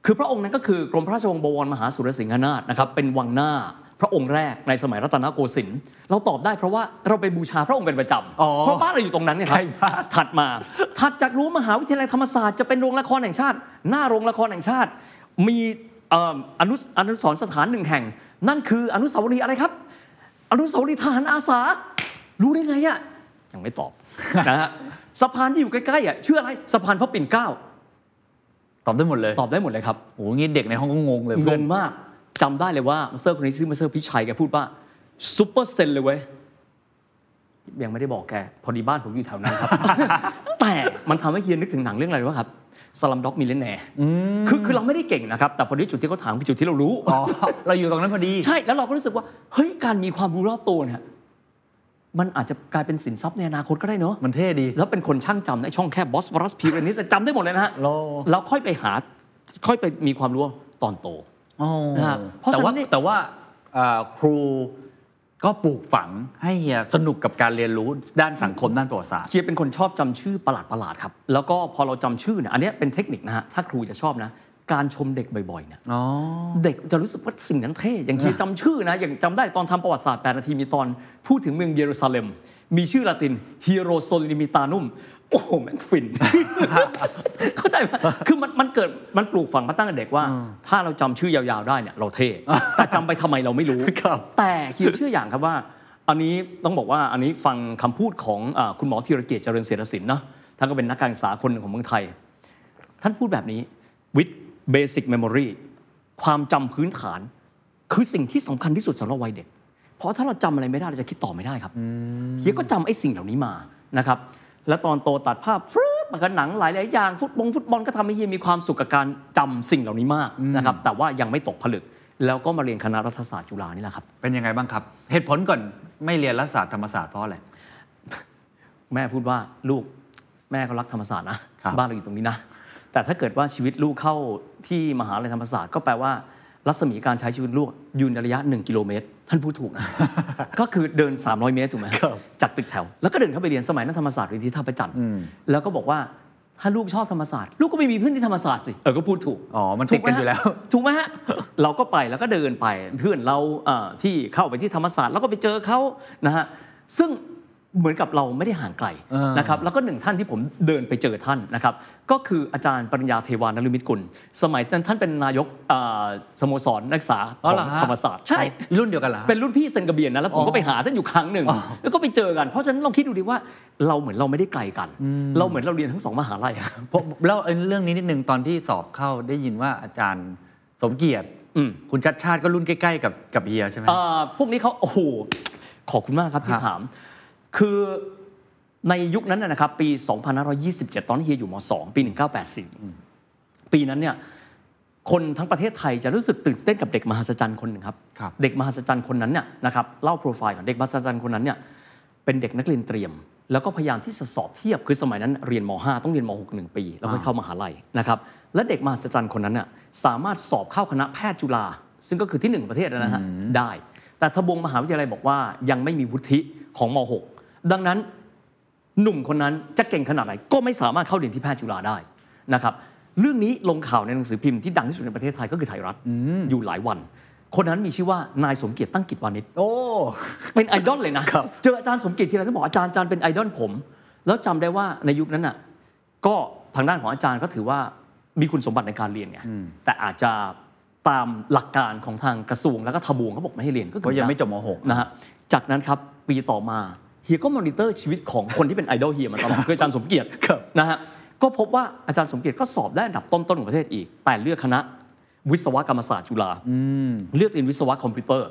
S1: คือพระองค์นั้นก็คือกรมพระราชวงศ์บวรมหาสุรสิงหนาถนะครับ เป็นวังหน้าพระองค์แรกในสมัยรัตนโกสินทร์เราตอบได้เพราะว่าเราไปบูชาพระองค์เป็นประจ
S2: อ๋อ
S1: ำเพราะบ้านเราอยู่ตรงนั้นเนี่ยครั
S2: ใช่
S1: บ
S2: ครับ
S1: ถัดมาถัดจากรั้วมหาวิทยาลัยธรรมศาสตร์จะเป็นโรงละครแห่งชาติ หน้าโรงละครแห่งชาติ มีเอิ่มอนุสอนุสรณ์สถานหนึ่งแห่ง นั่นคืออนุสาวรีย์อะไรครับ อนุสาวรีย์ทหารอาสา รู้ได้ไงอะยังไม่ตอบ นะฮะสะพานที่อยู่ใกล้ๆอะชื่ออะไรสะพานพระปิ่นเกล้า
S2: ตอบได้หมดเลย
S1: ตอบได้หมดเลยครับ
S2: โอ้โหงี้เด็กในห้องก็งงเลย
S1: ง
S2: เพื่อน
S1: งมากจำได้เลยว่ามาสเตอร์คนนี้ชื่อมาสเตอร์พิชัยแกพูดว่าซูเปอร์เซนเลยเว้ย ยังไม่ได้บอกแก พอดีบ้านผมอยู่แถวนั้นครับ แต่มันทำให้เฮียนึกถึงหนังเรื่องอะไรรู้ป่ะครับสลัมด็อกมิเลนแนคือคือเราไม่ได้เก่งนะครับ แต่พอดีจุดที่เขาถามคือจุดที่เรารู้
S2: อ๋อ เราอยู่ตรงนั้นพอดี
S1: ใช่แล้วเราก็รู้สึกว่า เฮ้ย การมีความรู้รอบตัวเนี่ยมันอาจจะกลายเป็นสินทรัพย์ในอนาคตก็ได้เนอะ
S2: มันเท่ดี
S1: แล้วเป็นคนช่างจำในช่องแคบบอสฟอรัสพีเรนิสจำได้หมดเลยนะฮะ
S2: โล
S1: เราค่อยไปหาค่อยไปมีความรู้ตอนโต นะครับเพราะ
S2: แต่
S1: ฉะนั้
S2: ว่าน
S1: เนี่ย
S2: แต่ว่าเอ่อครูก็ปลูกฝังให้เฮียสนุกกับการเรียนรู้ด้านสังคมด้านประวัติศาสตร์
S1: เคียเป็นคนชอบจำชื่อประหลาดประหลาดๆครับ แล้วก็พอเราจำชื่อเนี่ยอันเนี้ยเป็นเทคนิคนะฮะ ถ้าครูจะชอบนะ การชมเด็กบ่อยๆเนี่ย
S2: อ๋อ
S1: เด็กจะรู้สึกว่าสิ่งนั้นเท่อย่างเคียจำชื่อนะ อย่างจำได้ตอนทำประวัติศาสตร์8นาทีมีตอนพูดถึงเมืองเยรูซาเล็ม มีชื่อละตินฮ e โร o ซลิมิตานุมโอ้โหแมันฟิน เข้าใจไหมคือมันมันเกิดมันปลูกฝังมาตั้งแต่เด็กว่า ถ้าเราจำชื่อยาวๆได้เนี่ยเราเท่แต่จำไปทำไมเราไม่รู้
S2: ครับ
S1: แต่คิวเชื่ออย่างครับว่า อันนี้ต้องบอกว่าอันนี้ฟังคำพูดของเออคุณหมอธีรเกียรติเจริญเสรศิลป์นะท่านก็เป็นนักการศึกษาคนหนึ่งของเมืองไทย ท่านพูดแบบนี้ with basic memory ความจำพื้นฐาน คือสิ่งที่สำคัญที่สุดสำหรับวัยเด็ก เพราะถ้าเราจำอะไรไม่ได้เราจะคิดต่อไม่ได้ครับ เฮียก็จำไอ้สิ่งเหล่านี้มานะครับ แล้วตอนโตตัดภาพฟรึ๊บมันก็หนังหลายหลายๆอย่าง ฟุตบงฟุตบอลก็ทำให้เฮียมีความสุขกับการจำสิ่งเหล่านี้มากนะครับ แต่ว่ายังไม่ตกผลึก แล้วก็มาเรียนคณะรัฐศาสตร์จุฬานี่แหละครับ
S2: เป็นยังไงบ้างครับ เหตุผลก่อนไม่เรียนรัฐศาสตร์ธรรมศาสตร์เพราะอะไร
S1: แม่พูดว่าลูกแม่ก็รักธรรมศาสตร์นะครับ นเราอยู่ตรงนี้นะ แต่ถ้าเกิดว่าชีวิตลูกเข้าที่มหาลัยธรรมศาสตร์ก็แปลว่า รัศมีการใช้ชีวิตลูกอยู่ในระยะ 1 กิโลเมตร ท่านพูดถูก นะ ก็คือเดิน 300 เมตรถูกไหมจากตึกแถว แล้วก็เดินเข้าไปเรียนสมัยนั้นธรรมศาสตร์เรียนที่ท่าประจันทร์แล้วก็บอกว่าถ้าลูกชอบธรรมศาสตร์ ลูกก็ไปมีเพื่อนที่ธรรมศาสตร์สิเออก็พูดถูก
S2: อ๋อ มันติดกันอยู่แล้ว
S1: ถูกไหมฮะ เราก็ไปแล้วก็เดินไปเพื่อนเราเอ่อที่เข้าไปที่ธรรมศาสตร์แล้วก็ไปเจอเขานะฮะซึ่ง เหมือนกับเราไม่ได้ห่างไกล
S2: เออ
S1: นะครับแล้วก็หนึ่งท่านที่ผมเดินไปเจอท่านนะครับก็คืออาจารย์ปริญญาเทวานรุมิตกุล สมัยนั้นท่านเป็นนายกอ่าสโมสรนักศึกษา
S2: อ๋อ
S1: ข
S2: เห
S1: อง
S2: อฮะ
S1: ธรรมศาสตร์ใช่
S2: รุ่นเดียวกันเหรอฮะ
S1: เป็นรุ่นพี่เซนกระเบียนนะแล้วผม
S2: อ๋
S1: ก็
S2: อ
S1: ไปหาท่านอยู่ครั้งหนึ่ง
S2: อ๋อ
S1: แล้วก็ไปเจอกัน เพราะฉะนั้นลองคิดดูดิว่าเราเหมือนเราไม่ได้ไกลกัน เราเหมือนเราเรียนทั้งสองมหาลัยอะ
S2: ผมแล้วเรื่องนี้นิดนึงตอนที่สอบเข้าได้ยินว่าอาจารย์สมเกียรติ
S1: อืม
S2: คุณชัดชาติก็รุ่นใกล้ๆกับกับเฮียใช่ไหม
S1: เอ่อพวกนี้เขาโอ้โหขอบคุณมากครับที่
S2: ครับ
S1: ถาม คือในยุคนั้นนะนะครับ ปี 2527 ตอนที่เฮียอยู่ม 2 ปี 1984 ปีนั้นเนี่ยคนทั้งประเทศไทยจะรู้สึกตื่นเต้นกับเด็กมหัศจรรย์คนหนึ่งครับ
S2: ครับ
S1: เด็กมหัศจรรย์คนนั้นเนี่ยนะครับเล่าโปรไฟล์ของเด็กมหัศจรรย์คนนั้นเนี่ยเป็นเด็กนักเรียนเตรียม แล้วก็พยายามที่จะสอบเทียบคือสมัยนั้นเรียนม 5 ต้องเรียนม6หนึ่งปี แล้วค่อยเข้ามหาลัยนะครับและเด็กมหัศจรรย์คนนั้นน่ะสามารถสอบเข้าคณะแพทย์จุฬาซึ่งก็คือที่หนึ่งของประเทศนะฮะได้ แต่ทบวงมหาวิทยาลัยบอกว่ายังไม่มีวุฒิของม 6 ดังนั้น หนุ่มคนนั้นจะเก่งขนาดไหนก็ไม่สามารถเข้าเรียนที่แพทย์จุฬาได้นะครับเรื่องนี้ลงข่าวในหนังสือพิมพ์ที่ดังที่สุดในประเทศไทยก็คือไทยรัฐอยู่หลายวัน คนนั้นมีชื่อว่านายสมเกียรติตั้งกิจวานิช
S2: โอ้
S1: เป็นไอดอลเลยนะเจออาจารย์สมเกียรติทีไรต้องบอกอาจารย์อาจารย์เป็นไอดอลผม แล้วจำได้ว่าในยุคนั้นน่ะก็ทางด้านของอาจารย์ก็ถือว่ามีคุณสมบัติในการเรียนไงแต่อาจจะตามหลักการของทางกระทรวงแล้วก็ทบวงเขาบอกไม่ให้เรียนก็คือ
S2: ก็ยังไม่จบมหก
S1: นะฮะจากนั้นครับปีต่อมาเฮียก็มอนิเตอร์ชีวิตของคนที่เป็นไอดอลเฮียมาตล อด คืออาจารย์สมเกียรติ
S2: ครับ
S1: นะฮะก็พบว่าอาจารย์สมเกียรติก็สอบได้อันดับต้นๆของประเทศอีก แต่เลือกคณะวิศวกรรมศาสตร์จุฬาเลือกเรียนวิศวะคอมพิวเตอร์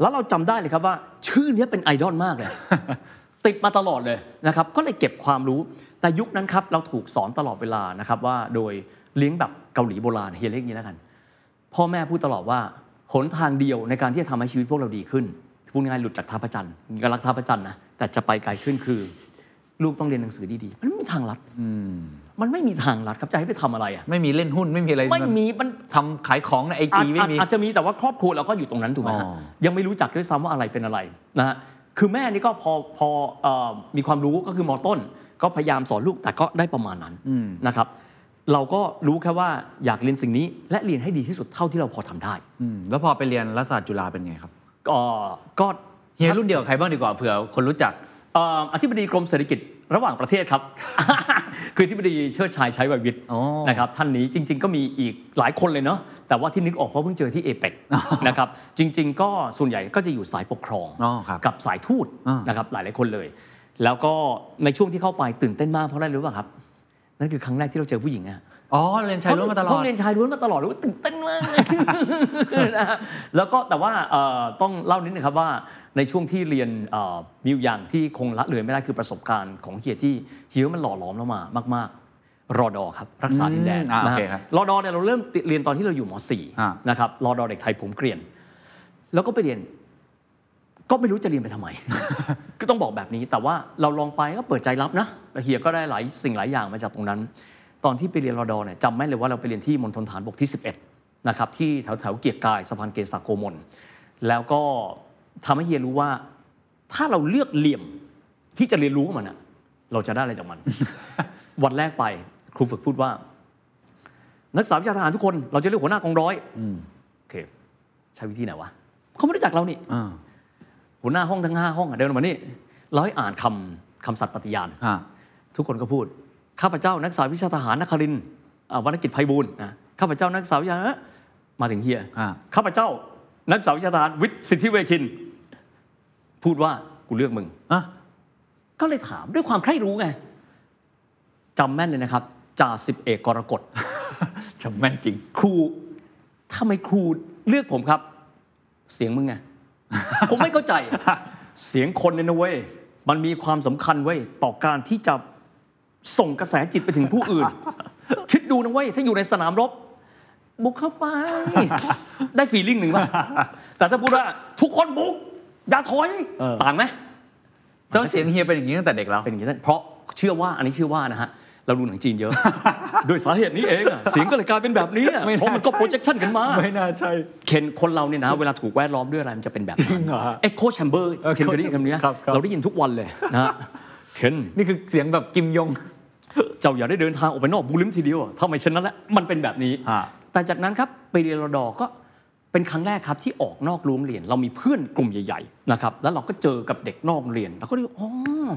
S1: แล้วเราจำได้เลยครับว่า ชื่อเนี้ยเป็นไอดอล มากเลย ติดมาตลอดเลยนะครับ ก็เลยเก็บความรู้ แต่ยุคนั้นครับเราถูกสอนตลอดเวลานะครับว่าโดยเลี้ยงแบบเกาหลีโบราณเฮียเรียกอย่างนี้แล้วกัน พ่อแม่พูดตลอดว่าหนทางเดียวในการที่จะทำให้ชีวิตพวกเราดีขึ้นพูดง่ายๆหลุดจากท้าพระจันทร์ก็รักท้าพระจันทร์นะแต่จะไปไกลขึ้นคือ ลูกต้องเรียนหนังสือดีๆ มันไม่มีทางลัดมันไม่มีทางลัดครับจะให้ไปทำอะไรอ่ะ
S2: ไม่มีเล่นหุ้นไม่มีอะไร
S1: ไม่มีมัน
S2: ทำขายของในไอ
S1: อา
S2: จี
S1: จ
S2: ไม่มี
S1: อาจอาจจะมีแต่ว่าครอบครัวเราก็อยู่ตรงนั้นถูกไหมฮะ
S2: อ๋อ
S1: ยังไม่รู้จักด้วยซ้ำว่าอะไรเป็นอะไรนะฮะคือแม่นี่ก็พอพอเอ่อมีความรู้ก็คือมอต้น ก็พยายามสอนลูกแต่ก็ได้ประมาณนั้นนะครับ เราก็รู้แค่ว่าอยากเรียนสิ่งนี้ และเรียนให้ดีที่สุดเท่าที่เราพอทำได้
S2: อืมแล้วพอไปเรียนรัฐศาสตร์จุฬาเป็นไงครับ
S1: ก็ก็
S2: เฮียรุ่นเดียวกับใครบ้างดีกว่าเผื่อคนรู้จัก
S1: เอ่ออธิบดีกรมเศรษฐกิจระหว่างประเทศครับ คืออธิบดีเชิดชายใช้วัยวิทย์
S2: อ๋อ
S1: นะครับท่านนี้จริง ๆ ก็มีอีกหลายคนเลยเนาะแต่ว่าที่นึกออกเพราะเพิ่งเจอที่เอเปกนะครับจริง ๆ ก็ส่วนใหญ่ก็จะอยู่สายปกครอง
S2: อ๋อครับ
S1: กับสายทูต
S2: อ่าน
S1: นะครับหลายหลายๆคนเลย แล้วก็ในช่วงที่เข้าไปตื่นเต้นมากเพราะอะไรรู้ป่ะครับ นั่นคือครั้งแรกที่เราเจอผู้หญิงอะ
S2: อ๋อเรียนชายล้วนมาตล
S1: เพ
S2: อด
S1: ระเรียนชายล้วนมาตลอดรู้ว่าตื่นเต้นมากเลย นะฮะแล้วก็แต่ว่าเอ่อต้องเล่านิดนึงครับว่าในช่วงที่เรียนเอ่อมีอยู่อย่างที่คงละเลยไม่ได้คือประสบการณ์ของเฮียที่เฮียมันหล่อหลอมเรามามาก ๆ รอดอครับ รักษาดินแดน
S2: อืมอ่า
S1: นะ
S2: โอเคครั
S1: ฮะ
S2: บ
S1: รอดอเนี่ยเราเริ่มเรียนตอนที่เราอยู่ม
S2: อ่า
S1: .4 นะครับรอดอเด็กไทยผมเกรียน แล้วก็ไปเรียน ก็ไม่รู้จะเรียนไปทำ ไม ก็ต้องบอกแบบนี้ แต่ว่าเราลองไปก็เปิดใจรับนะแล้วเฮียก็ได้หลายสิ่งหลายอย่างมาจากตรงนั้น ตอนที่ไปเรียนรอดอเนี่ยจำแม่นเลยว่าเราไปเรียนที่มณฑลฐานบกที่ 11 นะครับ ที่แถวแถวๆเกียรติกายสะพานเกษาโกมล แล้วก็ทำให้เฮียรู้ว่า ถ้าเราเลือกเหลี่ยมที่จะเรียนรู้กับมันอะเราจะได้อะไร จากมัน วันแรกไปครูฝึกพูดว่า นักศึกษาวิชาทหารทุกคนเราจะเลือกหัวหน้ากองร้อยโอเค ใช้วิธีไหนวะเขาไม่รู้จักเรานี่
S2: อ่า
S1: หัวหน้าห้องทั้งห้าห้องอะเดินออกมานี่เราให้อ่านคำคำสัตย์ปฏิญาณ
S2: ฮะ
S1: ทุกคนก็พูด ข้าพเจ้านักศึกษาวิชาทหารนครินทร์อ่าวรรณกิจไพบูลย์นะข้าพเจ้านักศึกษาวิชามาถึงเฮีย
S2: อ่า
S1: ข้าพเจ้านักศึกษาวิชาทหารวิทย์สิทธิเวคิน พูดว่ากูเลือกมึง
S2: อ่ะ
S1: ก็เลยถามด้วยความใคร่รู้ไงจำแม่นเลยนะครับจ่าสิบเอกกรกฎ
S2: จำแม่นจริง
S1: ครูทำไมครูเลือกผมครับ เสียงมึงไง ผมไม่เข้าใจ เสียงคนเนี่ยนะเว้ย มันมีความสำคัญเว้ย ต่อการที่จะส่งกระแสจิตไปถึงผู้ อื่น คิดดูนะเว้ย ถ้าอยู่ในสนามรบ บุกเข้า ไป ได้ฟีลลิ่งหนึ่งป่ะ แต่ถ้าพูดว่า ทุกคนบุก อย่าถอย
S2: เออ
S1: ต่างไหม
S2: แล้วเสียงเฮียเป็นอย่างนี้ตั้งแต่เด็กแล้ว
S1: เป็นอย่างนี้ได้เพราะเชื่อว่าอันนี้เชื่อว่านะฮะ เราดูหนังจีน เยอะ โดยสาเหตุนี้เองอะเสียงก็เลยกลายเป็นแบบนี้อะ
S2: ไม่น่า
S1: เพราะมันก็โปรเจคชั่นกันมา
S2: ไม่น่าใช่
S1: เคนคนเรา เนี่ยนะ เวลาถูกแวดล้อมด้วยอะไรมันจะเป็นแบบ
S2: จริ
S1: นั้น
S2: งเหรอฮะ
S1: เอ็กโคแชมเบอร์
S2: เออ
S1: เคนเคยได้ยินคำนี้ไหม
S2: ครับครับ
S1: เราได้ยินทุกวันเลยนะฮะเคน
S2: นี่คือเสียงแบบกิมยง
S1: เจ้าอย่าได้เดินทางออกไปนอกบูลิมทีเดียวอะถ้าไม่เช่นนั้นแล้วมันเป็นแบบนี้
S2: ฮะ
S1: แต่จากนั้นครับไปเรียนรอดอก็เป็นครั้งแรกครับที่ออกนอกโรงเรียน เรามีเพื่อนกลุ่มใหญ่ ๆ นะครับ แล้วเราก็เจอกับเด็กนอกโรงเรียนเราก็รู้อ๋อ าว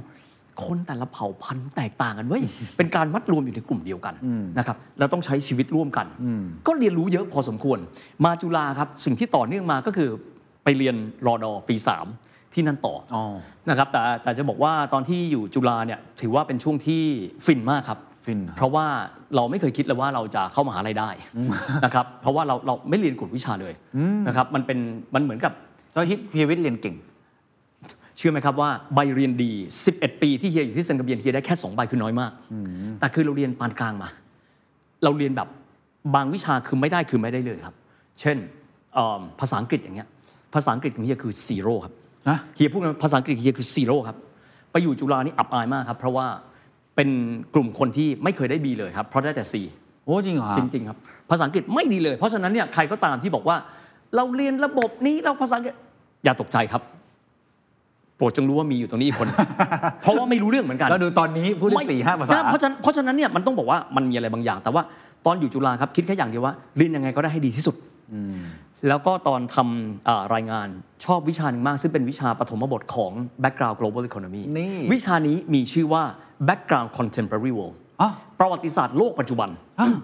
S1: คนแต่ละเผ่าพันธุ์แตกต่างกันเว้ย เป็นการมัดรวมอยู่ในกลุ่มเดียวกันนะครับแล้วต้องใช้ชีวิตร่วมกัน ก็เรียนรู้เยอะพอสมควร มาจุฬาครับสิ่งที่ต่อเนื่องมาก็คือไปเรียนรอดอปีสามที่นั่นต่ออ
S2: อ๋อ
S1: นะครับแต่แต่จะบอกว่าตอนที่อยู่จุฬาเนี่ยถือว่าเป็นช่วงที่ฟินมากครับ
S2: ฟินเหรอ
S1: เพราะว่าเราไม่เคยคิดเลยว่าเราจะเข้าม หาลัยได้นะครับเพราะว่าเราเราไม่เรียนกฎวิชาเลยนะครับมันเป็นมันเหมือนกับ
S2: แล้วฮิตพียวิทย์เรียนเก่ง
S1: เชื่อไหมครับว่าใบเรียนดี 11 ปีที่เฮียอยู่ที่เซนต์กับเบียนเฮียได้แค่ 2 ใบคือน้อยมาก แต่คือเราเรียนปานกลางมา เราเรียนแบบบางวิชาคือไม่ได้คือไม่ได้เลยครับ เช่นเอิ่มภาษาอังกฤษอย่างเงี้ย ภาษาอังกฤษของเฮียคือซีโร่ครับ
S2: ฮะ
S1: เฮียพูดกันภาษาอังกฤษเฮียคือซีโร่ครับ ไปอยู่จุฬานี่อับอายมากครับ เพราะว่าเป็นกลุ่มคนที่ไม่เคยได้บีเลยครับ เพราะได้แต่ซี
S2: โอ้จริงเหรอ
S1: จริงๆครับภาษาอังกฤษไม่ดีเลย เพราะฉะนั้นเนี่ยใครก็ตามที่บอกว่า เราเรียนระบบนี้เราภาษาอังกฤษอย่าตกใจครับ โปรดจงรู้ว่ามีอยู่ตรงนี้อีกคน เพราะว่าไม่รู้เรื่องเหมือนกัน
S2: แล้วดูตอนนี้พูดได้
S1: ไม่
S2: สี่ห้าภาษา
S1: ใช่เพราะฉะนั้นเพราะฉะนั้นเนี่ยมันต้องบอกว่ามันมีอะไรบางอย่าง แต่ว่าตอนอยู่จุฬาครับคิดแค่อย่างเดียวว่าเรียนยังไงก็ได้ให้ดีที่สุดแล้วก็ตอนทำเอ่อรายงานชอบวิชาหนึ่งมาก ซึ่งเป็นวิชาปฐมบทของ background global economy
S2: นี่
S1: วิชานี้มีชื่อว่า background contemporary world
S2: อ๋อ
S1: ประวัติศาสตร์โลกปัจจุบัน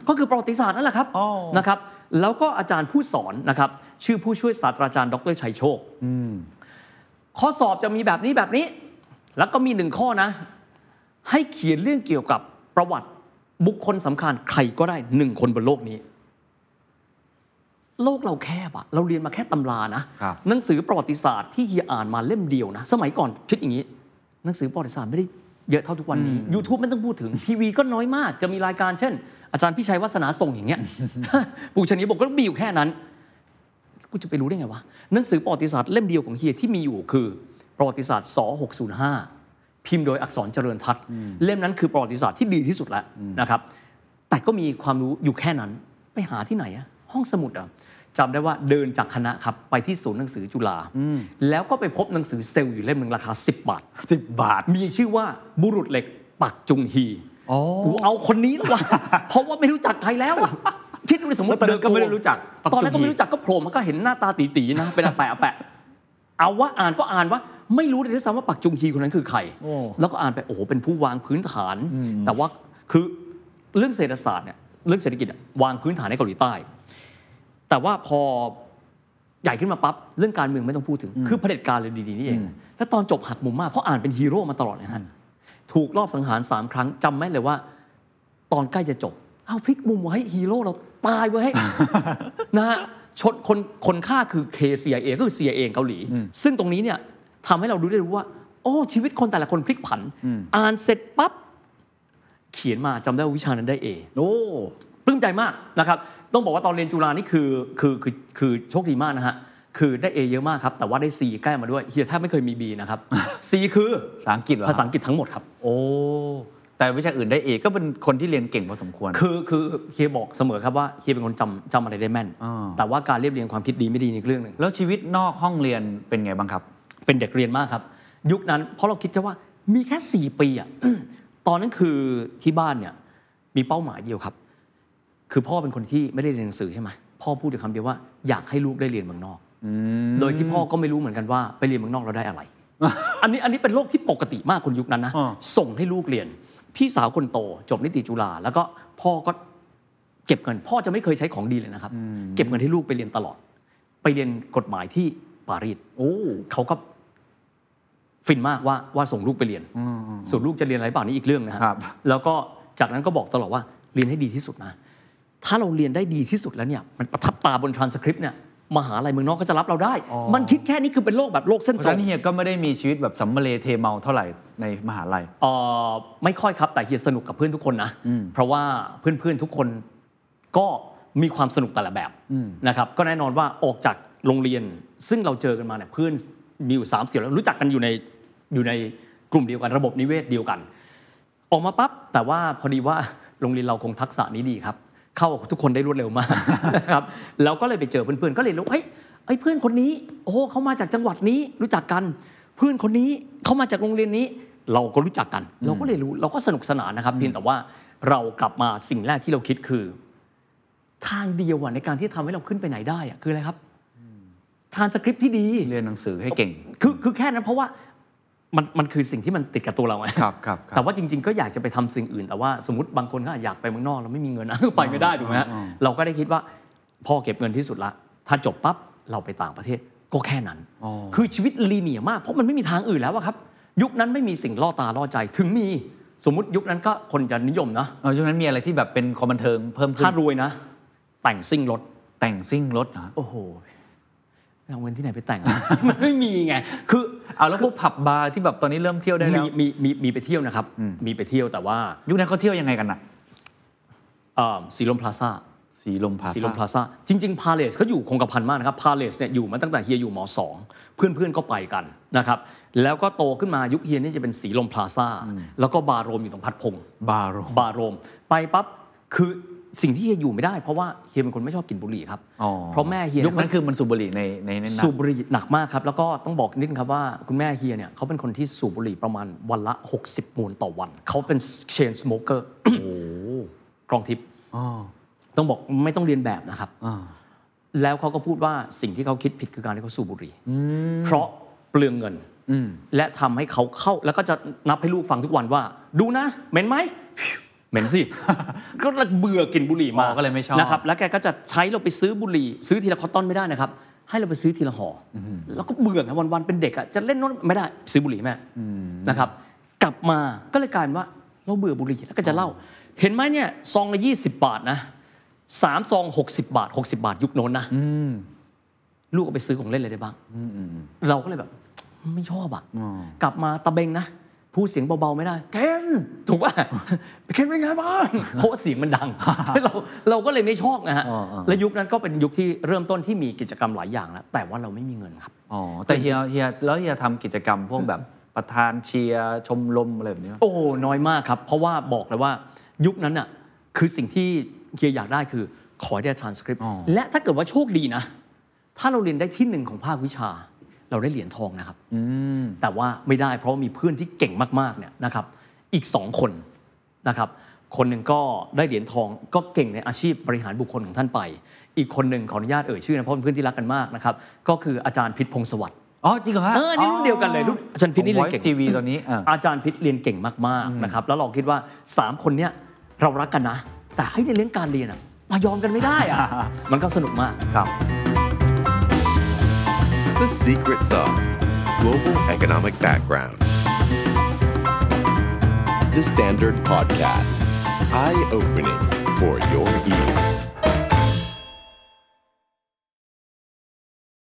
S1: ก็คือประวัติศาสตร์นั่นแหละครับ
S2: อ๋อ
S1: นะครับ แล้วก็อาจารย์ผู้สอนนะครับ ชื่อผู้ช่วยศาสตราจารย์ดรชัยโชคข้อสอบจะมีแบบนี้แบบนี้ แล้วก็มีหนึ่งข้อนะ ให้เขียนเรื่องเกี่ยวกับประวัติบุคคลสำคัญใครก็ได้หนึ่งคนบนโลกนี้ โลกเราแคบอะเราเรียนมาแค่ตำรานะครับ หนังสือประวัติศาสตร์ที่เฮียอ่านมาเล่มเดียวนะ สมัยก่อนคิดอย่างนี้ หนังสือประวัติศาสตร์ไม่ได้เยอะเท่าทุกวันนี้ YouTube ไม่ต้องพูดถึง ทีวีก็น้อยมาก จะมีรายการเช่น อาจารย์พิชัยวัฒนาทรงอย่างเงี้ ย ปู่ชนีบอกก็มีอยู่แค่นั้น กูจะไปรู้ได้ไงวะหนังสือประวัติศาสตร์เล่มเดียวของเฮียที่มีอยู่คือ ประวัติศาสตร์ส605 พิมพ์โดยอักษรเจริญทัศน์เล่มนั้นคือประวัติศาสตร์ที่ดีที่สุดแล้วนะครับ แต่ก็มีความรู้อยู่แค่นั้น ไปหาที่ไหนอะห้องสมุดอะจำได้ว่าเดินจากคณะครับไปที่ศูนย์หนังสือจุฬาแล้วก็ไปพบหนังสือเซลล์อยู่เล่มหนึ่งราคา 10 บาท
S2: สิบบาท
S1: มีชื่อว่าบุรุษเหล็กปักจุงฮี
S2: อ๋อ
S1: กูเอาคนนี้แล้ววะ เพราะว่าไม่รู้จักใคร แล้ว คิดดูดิสมมติ
S2: แล้วตอนนั้น
S1: เดิ
S2: ก็ไม่ได้รู้จักปัก
S1: ต
S2: จุงฮี
S1: อนนั้นก็ไม่รู้จักก็โผล่มาก็เห็นหน้าตาตี๋ๆนะ เป็นอาแปะอาแปะ เอาว่าอ่านก็อ่านว่าไม่รู้เลยด้วยซ้ำว่าปักจุงฮีคนนั้นคือใคร แล้วก็อ่านไปโอ้โหเป็นผู้วางพื้นฐาน แต่ว่าคือเรื่องเศรษฐศาสตร์เนี่ยเรื่องเศรษฐกิจอะวางพื้นฐานให้เกาหลีใต้ แต่ว่าพอใหญ่ขึ้นมาปั๊บเรื่องการเมืองไม่ต้องพูดถึง คือเผด็จการเลยดีๆนี่เอง แล้วตอนจบหักมุมมากเพราะอ่านเป็นฮีโร่มาตลอดนะฮะถูกรอบสังหารสามครั้งจำไหมเลยว่า ตอนใกล้จะจบ เอาพลิกมุมไว้ฮีโร่เราตายไว้ย นะฮะชนคนคนฆ่าคือ KCIA ก็คือ CIA เกาหลี ซึ่งตรงนี้เนี่ยทำให้เรารู้ได้รู้ว่า โอ้ชีวิตคนแต่ละคนพลิกผัน อ่านเสร็จปั๊บ เขียนมาจำได้ว่าวิชานั้นได้ A
S2: โอ้
S1: ปลื้มใจมากนะครับ ต้องบอกว่าตอนเรียนจุฬานี่คือคือคือคือโชคดีมากนะฮะ คือได้ A เยอะมากครับ แต่ว่าได้ C ใกล้มาด้วยเฮียแทบไม่เคยมี B นะครับ C คือ
S2: ภาษาอังกฤษเหรอ
S1: ภาษาอังกฤษทั้งหมดครับ
S2: โอ้ แต่วิชาอื่นได้เอกก็เป็นคนที่เรียนเก่งพอสมควร
S1: คือคือเฮียบอกเสมอครับว่าเฮียเป็นคนจำจำอะไรได้แม่น
S2: อ่า
S1: แต่ว่าการเรียบเรียงความคิดดีไม่ดีนี่อีกเรื่องหนึ่ง
S2: แล้วชีวิตนอกห้องเรียนเป็นไงบ้างครับ
S1: เป็นเด็กเรียนมากครับ ยุคนั้นเพราะเราคิดแค่ว่ามีแค่ 4 ปีอ่ะ ตอนนั้นคือที่บ้านเนี่ยมีเป้าหมายเดียวครับ คือพ่อเป็นคนที่ไม่ได้เรียนหนังสือใช่ไหมพ่อพูดอยู่คำเดียวว่าอยากให้ลูกได้เรียนเมืองนอก โดยที่พ่อก็ไม่รู้เหมือนกันว่าไปเรียนเมืองนอกเราได้ อะไร อันนี้อันนี้เป็นโลกที่ปกติมากคนยุคนั้นนะ
S2: อ่า
S1: ส่งให้ลูกเรียน พี่สาวคนโตจบนิติจุฬาแล้วก็พ่อก็เก็บเงิน พ่อจะไม่เคยใช้ของดีเลยนะครับ เก็บเงินให้ลูกไปเรียนตลอด ไปเรียนกฎหมายที่ปารีส
S2: โอ้
S1: เขาก็ฟินมากว่าว่าส่งลูกไปเรียนส่วนลูกจะเรียนอะไรเปล่านี่อีกเรื่องนะฮะ
S2: ครับ
S1: แล้วก็จากนั้นก็บอกตลอดว่าเรียนให้ดีที่สุดนะ ถ้าเราเรียนได้ดีที่สุดแล้วเนี่ยมันประทับตาบนทรานสคริปต์เนี่ยมหาลัยเมืองนอกก็จะรับเราได้ มันคิดแค่นี้คือเป็นโลกแบบโลกเส้น
S2: เพราะ
S1: ตร
S2: ฉะ
S1: ง
S2: นั้นเฮียก็ไม่ได้มีชีวิตแบบสัมมาเลเทเมาเท่าไหร่ในมหาลัย
S1: เอ่อไม่ค่อยครับแต่เฮียสนุกกับเพื่อนทุกคนนะเพราะว่าเพื่อนๆทุกคนก็มีความสนุกแต่ละแบบนะครับก็แน่นอนว่าออกจากโรงเรียน ซึ่งเราเจอกันมาเนี่ยเพื่อนมีอยู่สามสี่แล้วรู้จักกันอยู่ในอยู่ในกลุ่มเดียวกันระบบนิเวศเดียวกัน ออกมาปั๊บแต่ว่าพอดีว่า โรงเรียนเราคงทักษะนี้ดีครับ เข้ากับทุกคนได้รวดเร็วมาก นะครับเราก็เลยไปเจอเพื่อนๆก็เลยรู้เฮ้ยไอ้เพื่อนคนนี้โอ้โหเขามาจากจังหวัดนี้รู้จักกัน เพื่อนคนนี้เขามาจากโรงเรียนนี้ เราก็รู้จักกัน เราก็เลยรู้เราก็สนุกสนานนะครับ เพียงแต่ว่าเรากลับมาสิ่งแรกที่เราคิดคือ ทางเดียวอะในการที่ทำให้เราขึ้นไปไหนได้อะคืออะไรครับทรานสคริปที่ดี
S2: เรียนหนังสือให้เก่ง
S1: คือคือแค่นั้นเพราะว่า มันมันคือสิ่งที่มันติดกับตัวเราไง
S2: ครับครับครับ
S1: แต่ว่าจริง ๆ ก็อยากจะไปทำสิ่งอื่น แต่ว่าสมมติบางคนก็อยากไปเมืองนอกแล้วไม่มีเงินนะ ไปไม่ได้ถูกไหมฮะเราก็ได้คิดว่าพอเก็บเงินที่สุดละ ถ้าจบปั๊บเราไปต่างประเทศก็แค่นั้น คือชีวิตลีเนียร์มาก เพราะมันไม่มีทางอื่นแล้วอะครับ ยุคนั้นไม่มีสิ่งล่อตาล่อใจถึงมีสมมติยุคนั้นก็คนจะนิยมนะ
S2: เออช่วงนั้นมีอะไรที่แบบเป็นความบันเทิงเพิ่มขึ้
S1: ถ้าน รวยนะ แต่งซิ่งรถ
S2: แต่งซิ่งรถนะ
S1: โอ้โหเอาเงินที่ไหนไปแต่งอะ มันไม่มีไง คือ
S2: เอาแล้วพวกผับบาร์ที่แบบตอนนี้เริ่มเที่ยวได้
S1: มี
S2: แล้ว
S1: มีมีมีไปเที่ยวนะครับ มีไปเที่ยวแต่ว่า
S2: ยุคนั้นเขาเที่ยวยังไงกันอะ
S1: สีลมพลาซ่า
S2: สีลมพา
S1: ซีลมพลาซ่าจริง ๆ พาเลสก็อยู่คงกระพันมากนะครับพาเลสเนี่ยอยู่มาตั้งแต่เฮียอยู่หมอสองเพื่อนๆก็ไปกันนะครับแล้วก็โตขึ้นมายุคเฮียเนี่ยจะเป็นสีลมพลาซ่าแล้วก็บาร์โรมอยู่ตรงพัดพงศ์
S2: บาร์โร
S1: บาร์โรม ไปปั๊บคือสิ่งที่เฮียอยู่ไม่ได้เพราะว่าเฮียเป็นคนไม่ชอบกินบุหรี่ครับ
S2: อ๋อ
S1: เพราะแม่เฮีย
S2: ยุคนั้นคือมันสูบบุหรี่ในในในนั้น
S1: สูบบุหรี่หนักมากครับแล้วก็ต้องบอกนิดนึงครับว่าคุณแม่เฮียเนี่ยเขาเป็นคนที่สูบบุหรี่ประมาณวันละ 60มวนต่อวันเขาเป็นเชนสโมเกอร์
S2: โอ้โห
S1: กรองทิพย์
S2: อ๋อ
S1: ต้องบอกไม่ต้องเรียนแบบนะครับ
S2: อ่า
S1: แล้วเขาก็พูดว่าสิ่งที่เขาคิดผิดคือการที่เขาสูบบุหรี่เพราะเปลืองเงิน และทำให้เขาเข้าแล้วก็จะนับให้ลูกฟังทุกวันว่า ดูนะ เหม็นไหม เหม็นสิ ก็เบื่อกลินบุหรี่มา
S2: อ๋อก็เลยไม่ชอบ
S1: นะครับ แล้วแกก็จะใช้เราไปซื้อบุหรี่ ซื้อทีละคอตตอนไม่ได้นะครับ ให้เราไปซื้อทีละห่ออแล้วก็เบื่อครับวันๆเป็นเด็กอะจะเล่นโน้นไม่ได้ซื้อบุหรี่แม่นะครับ กลับมาก็เลยกลายเป็นว่าเราเบื่อบุหรี่แล้วก็จะเล่า เห็นไหมเนี่ยซองละยี่สิบบาทนะสามซองหกสิบาทหกสิบาทยุคโน้นนะลูกเอาไปซื้อของเล่นอะไรได้บ้างเราก็เลยแบบ ไม่ชอบอะกลับมาตะเบงนะพูดเสียงเบาๆไม่ได้ เคนถู กป่ะ เคนเป็นไงบ้างเพราะว่าเสียงมันดัง เราเราก็เลยไม่ชอบนะฮะ
S2: อ๋ออ๋อ
S1: และยุคนั้นก็เป็นยุคที่เริ่มต้นที่มีกิจกรรมหลายอย่างแล้วแต่ว่าเราไม่มีเงินครับ
S2: อ๋อแต่เฮียเฮียแล้วเฮียทำกิจกรรมพวกแบบประธานเชียร์ชมรมอะไรแบบนี้ปะ
S1: โอ้น้อยมากครับ เพราะว่าบอกเลยว่ายุคนั้นน่ะคือสิ่งที่เฮียอยากได้คือขอได้ทรานสคริปต์
S2: อ๋อ
S1: และถ้าเกิดว่าโชคดีนะ ถ้าเราเรียนได้ที่หนึ่งของภาควิชา เราได้เหรียญทองนะครับ
S2: อืม
S1: แต่ว่าไม่ได้เพราะมีเพื่อนที่เก่งมากๆเนี่ยนะครับอีก 2 คนนะครับคนหนึ่งก็ได้เหรียญทองก็เก่งในอาชีพบริหารบุคคลของท่านไป อีกคนหนึ่งขออนุญาตเอ่ยชื่อนะเพราะเป็นเพื่อนที่รักกันมากนะครับก็คืออาจารย์พิษพงษ์สวัสดิ์
S2: อ๋อจริงเหรอฮะ
S1: เออนี่รุ่นเดียวกันเลยรุ่นอาจารย์พิษนี่เรียนเก่ง
S2: ทีวีตอนนี้เออ
S1: อาจารย์พิษเรียนเก่งมากๆนะครับแล้วเราคิดว่าสามคนเนี้ยเรารักกันนะ แต่ให้ในเรื่องการเรียนอะมายอมกันไม่ได้อะ มันก็สนุกมาก
S2: ครับ
S3: The Secret Sauce Global Economic Background. The Standard Podcast. Eye opening for your ears.